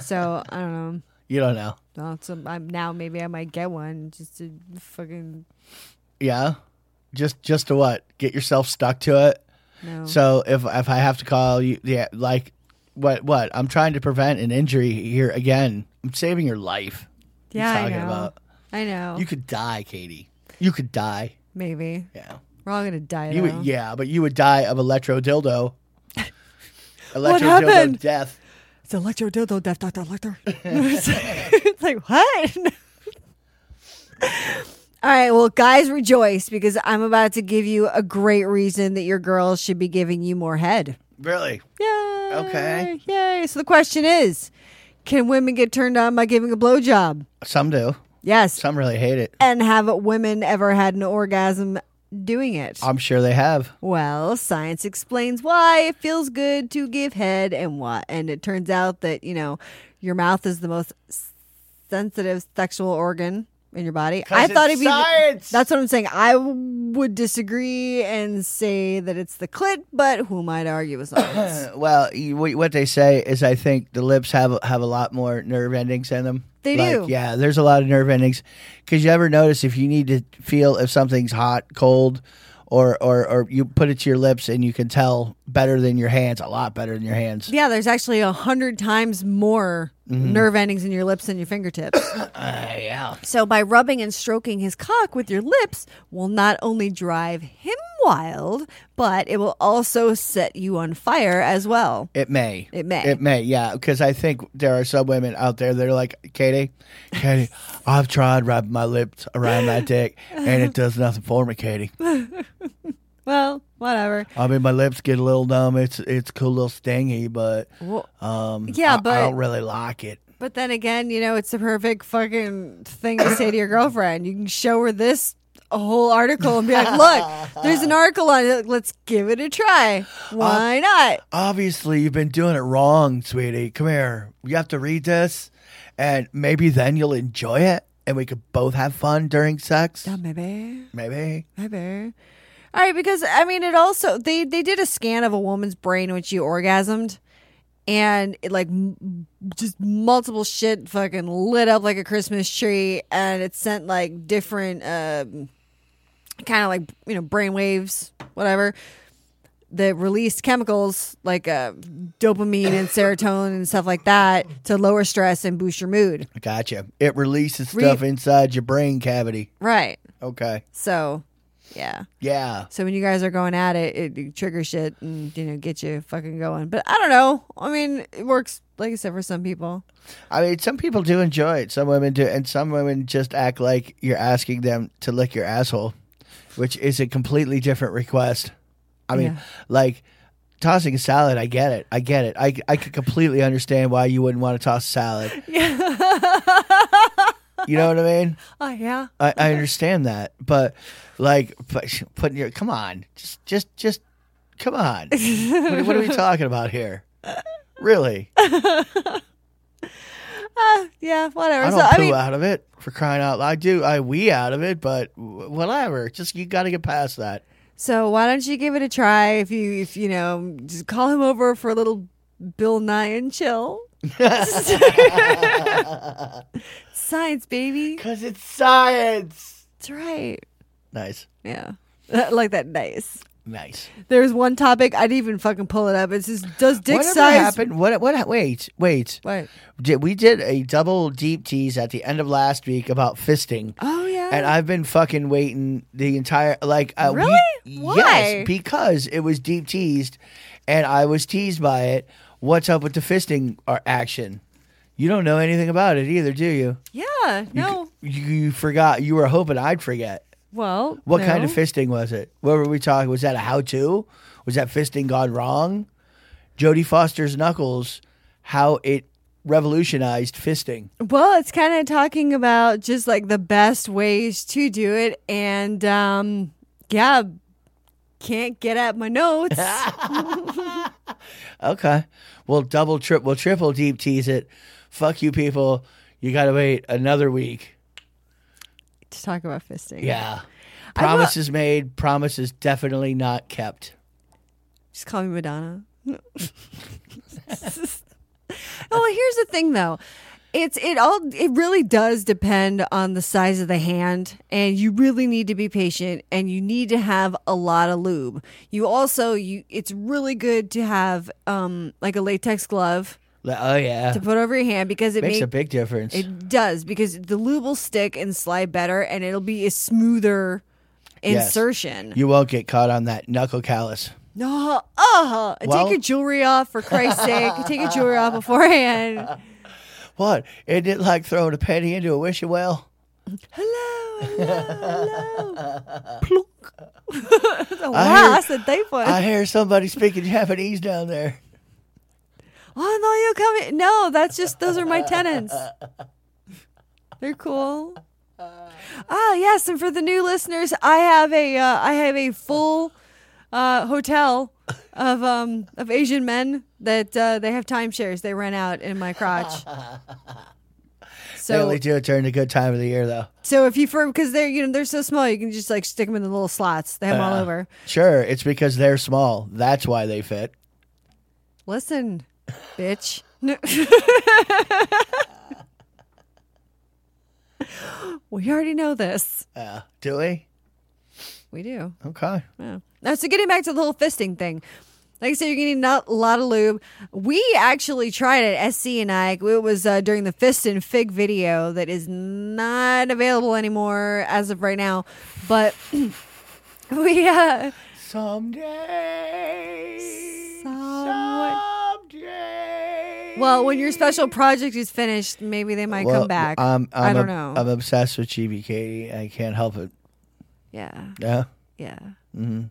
[LAUGHS] so I don't know.
You don't know.
Well, so I'm, now maybe I might get one just to fucking
Yeah. Just just to what? Get yourself stuck to it.
no.
So if if I have to call you yeah, like what what? I'm trying to prevent an injury here again. I'm saving your life. What are
yeah,
you
I
talking
know.
about?
I know.
You could die, Katie. You could die.
maybe.
Yeah.
We're all gonna die.
You
though.
would, yeah, but you would die of electro dildo.
[LAUGHS] What
Electro dildo
happened?
death.
It's electro dildo death doctor elector. [LAUGHS] it's like what? [LAUGHS] All right, well, guys, rejoice because I'm about to give you a great reason that your girls should be giving you more head.
Really?
Yay!
Okay.
Yay! So the question is, can women get turned on by giving a blowjob?
Some do.
Yes.
Some really hate it.
And have women ever had an orgasm doing it?
I'm sure they have.
Well, science explains why it feels good to give head and what. And it turns out that, you know, your mouth is the most s- sensitive sexual organ in your body.
'Cause
I thought
it's
it'd be
science!
That's what I'm saying. I w- would disagree and say that it's the clit, but who might argue with
[CLEARS THROAT]
science?
Well, you, wh- what they say is I think the lips have have a lot more nerve endings in them.
They
Like,
do.
Yeah, there's a lot of nerve endings. Because you ever notice if you need to feel if something's hot, cold, or, or or you put it to your lips and you can tell better than your hands, a lot better than your hands.
yeah, there's actually a hundred times more nerve endings in your lips than your [COUGHS] fingertips.
Uh, yeah.
So by rubbing and stroking his cock with your lips will not only drive him wild, but it will also set you on fire as well.
It may.
It may.
It may, yeah. Because I think there are some women out there that are like, Katie, Katie, I've tried rubbing my lips around my dick and it does nothing for me, Katie.
Well, whatever.
I mean, my lips get a little numb. It's it's cool, little stingy, but
Well,
um,
Yeah,
I- I
but-
don't really like it.
but then again, you know, it's the perfect fucking thing to say to your girlfriend. You can show her this a whole article and be like, "Look, there's [LAUGHS] an article on it. Let's give it a try. Why not?"
Obviously, you've been doing it wrong, sweetie. Come here. You have to read this, and maybe then you'll enjoy it, and we could both have fun during sex.
Oh, maybe.
Maybe.
Maybe. All right, because I mean, it also they they did a scan of a woman's brain when she orgasmed, and it like m- just multiple shit fucking lit up like a Christmas tree, and it sent like different um, kind of like you know brain waves, whatever. That released chemicals like uh, dopamine and serotonin and stuff like that to lower stress and boost your mood.
Gotcha. It releases stuff inside your brain cavity.
Right.
Okay.
So, yeah.
Yeah.
So when you guys are going at it, it, it triggers shit and you know get you fucking going. But I don't know. I mean, it works like I said for some people.
I mean, some people do enjoy it. Some women do, and some women just act like you're asking them to lick your asshole, which is a completely different request. I mean,
Yeah.
like tossing a salad. I get it. I get it. I I could completely understand why you wouldn't want to toss a salad. You know what I mean?
[LAUGHS] Oh yeah.
I, I understand that, but like, but putting your come on, just just just come on. what, what are we talking about here? Really?
Uh, [LAUGHS] yeah, whatever.
I
so
don't
I
poo
mean,
out of it for crying out. loud. I do. I wee out of it, but wh- whatever. Just you got to get past that.
so why don't you give it a try? If you, if you know, just call him over for a little Bill Nye and
[LAUGHS]
chill. science, baby.
Cause it's science.
That's right.
Nice,
Yeah, [LAUGHS] like that. Nice.
nice.
There's one topic I didn't even fucking pull it up. It's just does dick
Whatever
size
happened? What? What? ha- Wait, wait.
What?
Did, we did a double deep tease at the end of last week about fisting.
Oh yeah.
And I've been fucking waiting the entire like uh,
Really? Why?
Yes, because it was deep teased, and I was teased by it. What's up with the fisting or action? You don't know anything about it either, do you?
Yeah. No.
You, you forgot. You were hoping I'd forget.
well.
What kind of
no.
fisting was it? What were we talking? Was that a how-to? Was that fisting gone wrong? Jodie Foster's knuckles. How it revolutionized fisting.
Well, it's kind of talking about just like the best ways to do it, and um, yeah, can't get at my
[LAUGHS]
notes.
Okay. We'll double, triple, triple deep tease it. Fuck you, people. You got to wait another week.
to talk about fisting.
Yeah.
I will-
Promises made, promises definitely not kept.
Just call me Madonna. [LAUGHS] oh, well, here's the thing though. It's it all it really does depend on the size of the hand and you really need to be patient and you need to have a lot of lube. You also you it's really good to have um like a latex glove
Like, Oh, yeah.
to put over your hand because it
Makes
may-
a big difference.
It does because the lube will stick and slide better and it'll be a smoother
Yes.
insertion.
You won't get caught on that knuckle callus.
No, oh,
Well-
take your jewelry off for Christ's sake. Take your jewelry
[LAUGHS]
off beforehand.
What? Isn't it like throwing a penny into a wishing well?
wow,
I hear-
that's a deep one.
I hear somebody speaking Japanese down there.
oh no, you coming? No, that's just those are my
[LAUGHS]
tenants. They're cool. Ah, yes, and for the new listeners, I have a uh, I have a full uh, hotel of um of Asian men that uh, they have timeshares. They rent out in my
[LAUGHS]
crotch.
they
So
only do it during the good time of the year, though.
So if you for because they're you know they're so small, you can just like stick them in the little slots. They have 'em all
Uh,
over.
Sure, it's because they're small. That's why they fit.
Listen, bitch. [LAUGHS] No. we already know this.
Uh, do we?
We do.
Okay.
Yeah. Now, so getting back to the whole fisting thing. Like I said, you're getting not a lot of lube. We actually tried it, SC and I. It was uh, during the Fist and Fig video that is not available anymore as of right now. But [CLEARS THROAT] we, uh,
Someday. Someday.
well, when your special project is finished, maybe they might come back.
I'm, I'm
I don't know.
ob- I'm obsessed with GB Katie. I can't help it.
yeah.
Yeah.
Yeah.
Mm-hmm.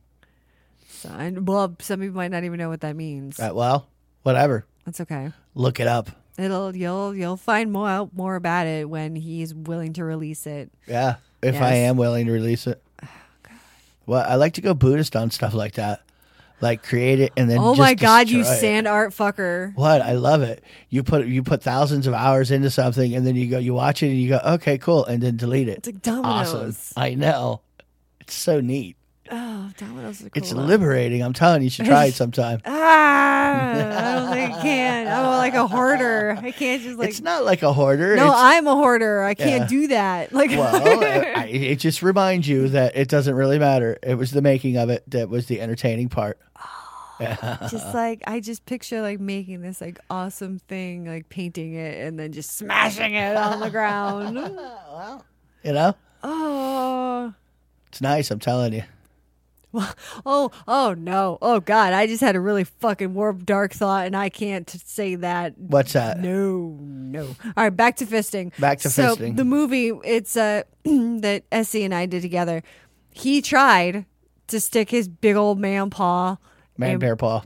So, and, well, some people might not even know what that means.
Right, Uh, well, whatever.
That's okay.
Look it up.
It'll you'll you'll find more out more about it when he's willing to release it.
Yeah. If
Yes. Oh,
I am willing to release it. Well, I like to go Buddhist on stuff like that. Like create it and then
oh
just
my god, you
destroy it.
sand art fucker.
What I love it. You put you put thousands of hours into something, and then you go, you watch it, and you go, okay, cool, and then delete it. It's
like dominoes.
Awesome. I know. It's so neat.
Oh, dominoes are cool.
it's liberating. I'm telling you, you should
[LAUGHS]
try it sometime.
Ah, I don't think I can. I'm like a hoarder. I can't just like
it's not like a hoarder.
No,
it's,
[LAUGHS] I'm a hoarder. I can't
Yeah.
do that. Like [LAUGHS]
well, I- I, it just reminds you that it doesn't really matter. It was the making of it that was the entertaining part. Uh-uh.
just like I just picture like making this like awesome thing, like painting it and then just smashing it on the ground.
[LAUGHS] [LAUGHS] you know,
Oh.
it's nice. I'm telling you.
Oh, oh no. Oh god, I just had a really fucking warped dark thought and I can't t- say that.
What's that?
No, no. All right, back to fisting.
Back to
so
fisting.
The movie it's uh [CLEARS THROAT] that Essie and I did together. He tried to stick his big old man paw [LAUGHS]
Man,
and-
bear paw.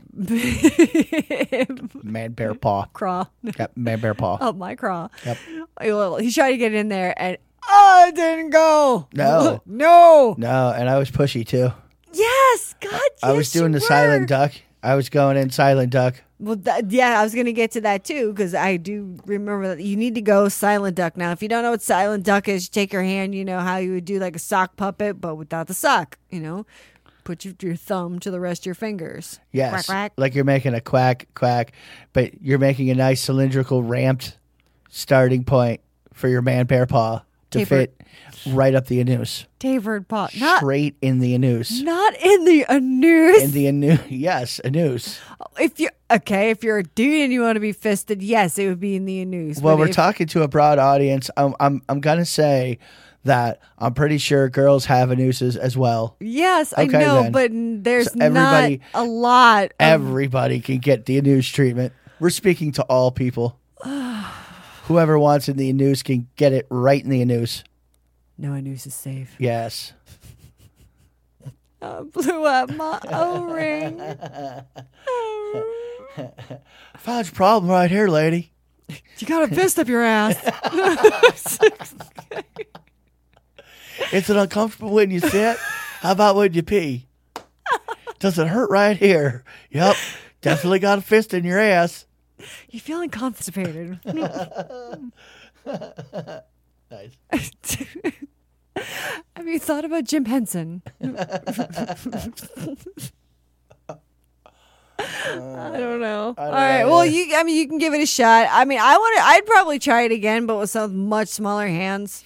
Man, bear
Hmm?
paw.
craw
Yep, man, bear paw.
up my craw.
Yep.
Well, he tried to get in there and oh, it didn't go.
No.
[LAUGHS] no.
No, and I was pushy too.
Yes, god.
I was
yes,
doing
you
the silent
were.
duck. I was going in silent duck.
Well, th- yeah, I was going to get to that too because I do remember that you need to go silent duck. Now, if you don't know what silent duck is, you take your hand, you know, how you would do like a sock puppet, but without the sock, you know, put your, your thumb to the rest of your fingers.
Yes.
Quack, quack.
Like you're making a quack, quack, but you're making a nice cylindrical ramped starting point for your man bear paw to
Tapered.
fit right up the anus.
Tapered paw. Not,
Straight in the anus.
not in the anus.
In the anus. Yes, anus.
if you okay, if you're a dude and you want to be fisted, yes, it would be in the news.
Well,
But
we're
if-
talking to a broad audience. I'm, I'm, I'm going to say that I'm pretty sure girls have anuses as well.
Um, Yes,
Okay,
I know,
then.
but n- there's
So everybody-
not a lot. Of,
Everybody can get the anus treatment. We're speaking to all people. Whoever wants in the anus can get it right in the anus.
no news is safe. [LAUGHS]
Yes.
I Uh, blew up my O ring.
Found your problem right here, lady.
[LAUGHS] You got a fist up your ass. [LAUGHS]
It's an uncomfortable when you sit. How about when you pee? Does it hurt right here? Yep. Definitely got a fist in your ass.
You're feeling [LAUGHS] constipated.
Nice.
Have you thought about Jim Henson? [LAUGHS] I don't know. All right. Well, you. I mean, you can give it a shot. I mean, I want to. I'd probably try it again, but with some much smaller hands.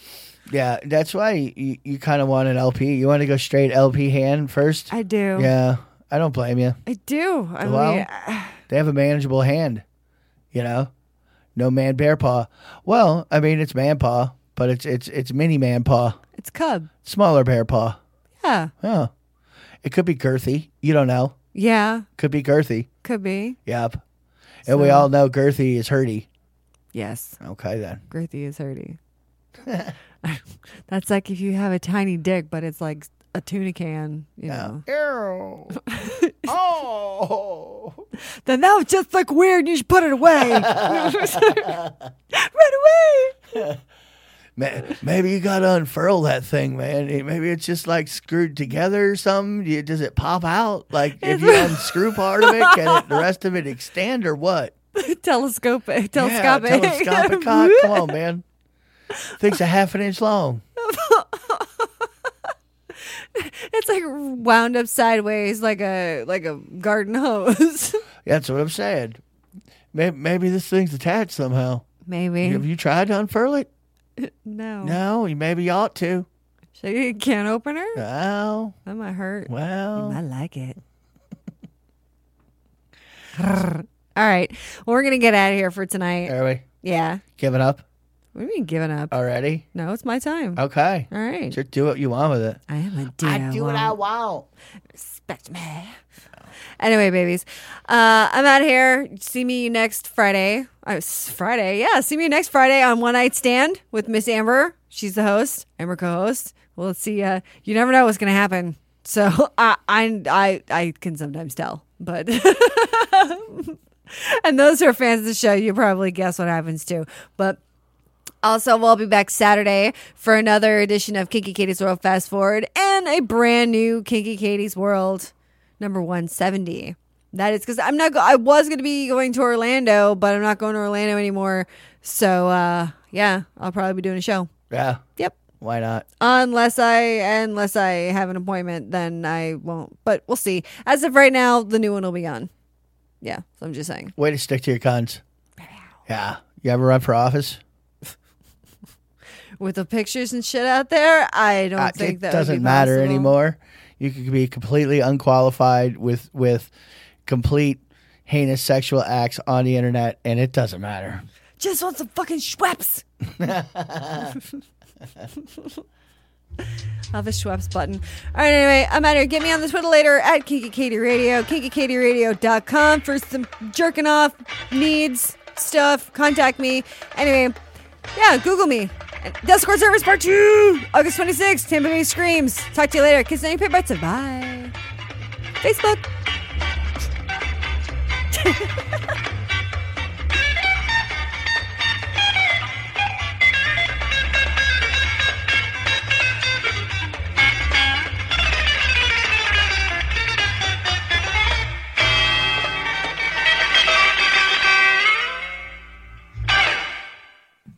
Yeah, that's why you, you kind of want an LP. You want to go straight LP hand first?
I do.
Yeah, I don't blame you.
I do. I
Well,
mean, I-
they have a manageable hand, you know. No man bear paw. Well, I mean it's man paw, but it's it's it's mini man paw,
it's cub.
smaller bear paw.
Yeah.
Huh. It could be girthy. You don't know.
Yeah.
Could be girthy.
Could be.
Yep. And we
So-
all know girthy is hurdy.
Yes.
Okay then.
Girthy is
[LAUGHS]
hurdy. That's like if you have a tiny dick, but it's like a tuna can, you know.
Ew.
[LAUGHS]
oh.
Then that was just like weird. You should put it
[LAUGHS]
away. [LAUGHS] right away.
Ma- Maybe you gotta unfurl that thing, man. It- Maybe it's just like screwed together or something. You- Does it pop out? Like if
[LAUGHS]
you unscrew part of it, can it, the rest of it extend or what?
Telescope. Telescopic.
Yeah,
[LAUGHS]
telescopic cock. Come on, man. Thing's a half an inch long.
It's like wound up sideways, like a like a garden hose. [LAUGHS]
That's what I'm saying. Maybe, maybe this thing's attached somehow. Have
Maybe.
you tried to unfurl it?
No.
No, you maybe ought to.
So you can't open her?
Well,
That might hurt. I
well.
like it. All right. Well, we're going to get out of here for tonight.
Are we
Yeah.
giving up
What do you mean giving up?
already?
No, it's my time.
Okay.
All right.
Just do what you want with it.
I am a dude. I do what I want. Respect me. Anyway, babies, uh, I'm out here. See me next Friday. Uh, s- Friday, yeah. See me next Friday on One Night Stand with Miss Amber. She's the host. Amber co-host. We'll see. Uh, you never know what's gonna happen. So [LAUGHS] I, I, I, I can sometimes tell, but. [LAUGHS] and those who are fans of the show, you probably guess what happens too. But also, we'll be back Saturday for another edition of Kinky Katie's World Fast Forward and a brand new Kinky Katie's World number 170. That is because I'm not. Go- I was going to be going to Orlando, but I'm not going to Orlando anymore. So uh, yeah, I'll probably be doing a show.
Yeah.
Yep.
Why not?
Unless I unless I have an appointment, then I won't. But we'll see. As of right now, the new one will be on. Yeah. So I'm just saying.
Way to stick to your guns. Yeah. You ever run for office?
With the pictures and shit out there, I don't
Uh,
think
it
that would be
doesn't matter
possible.
anymore. You could be completely unqualified with with complete heinous sexual acts on the internet, and it doesn't matter.
Just want some fucking Schweppes. I'll [LAUGHS] have a Schweppes button. All right, anyway, I'm out here. Get me on the Twitter later at Kiki Katie Radio, KikiKatieRadio.com for some jerking off needs stuff. Contact me. Anyway, yeah, Google me. Discord service part two, August 26th, Tampa Bay Screams. Talk to you later. Kiss any pit bites. Bye. Facebook.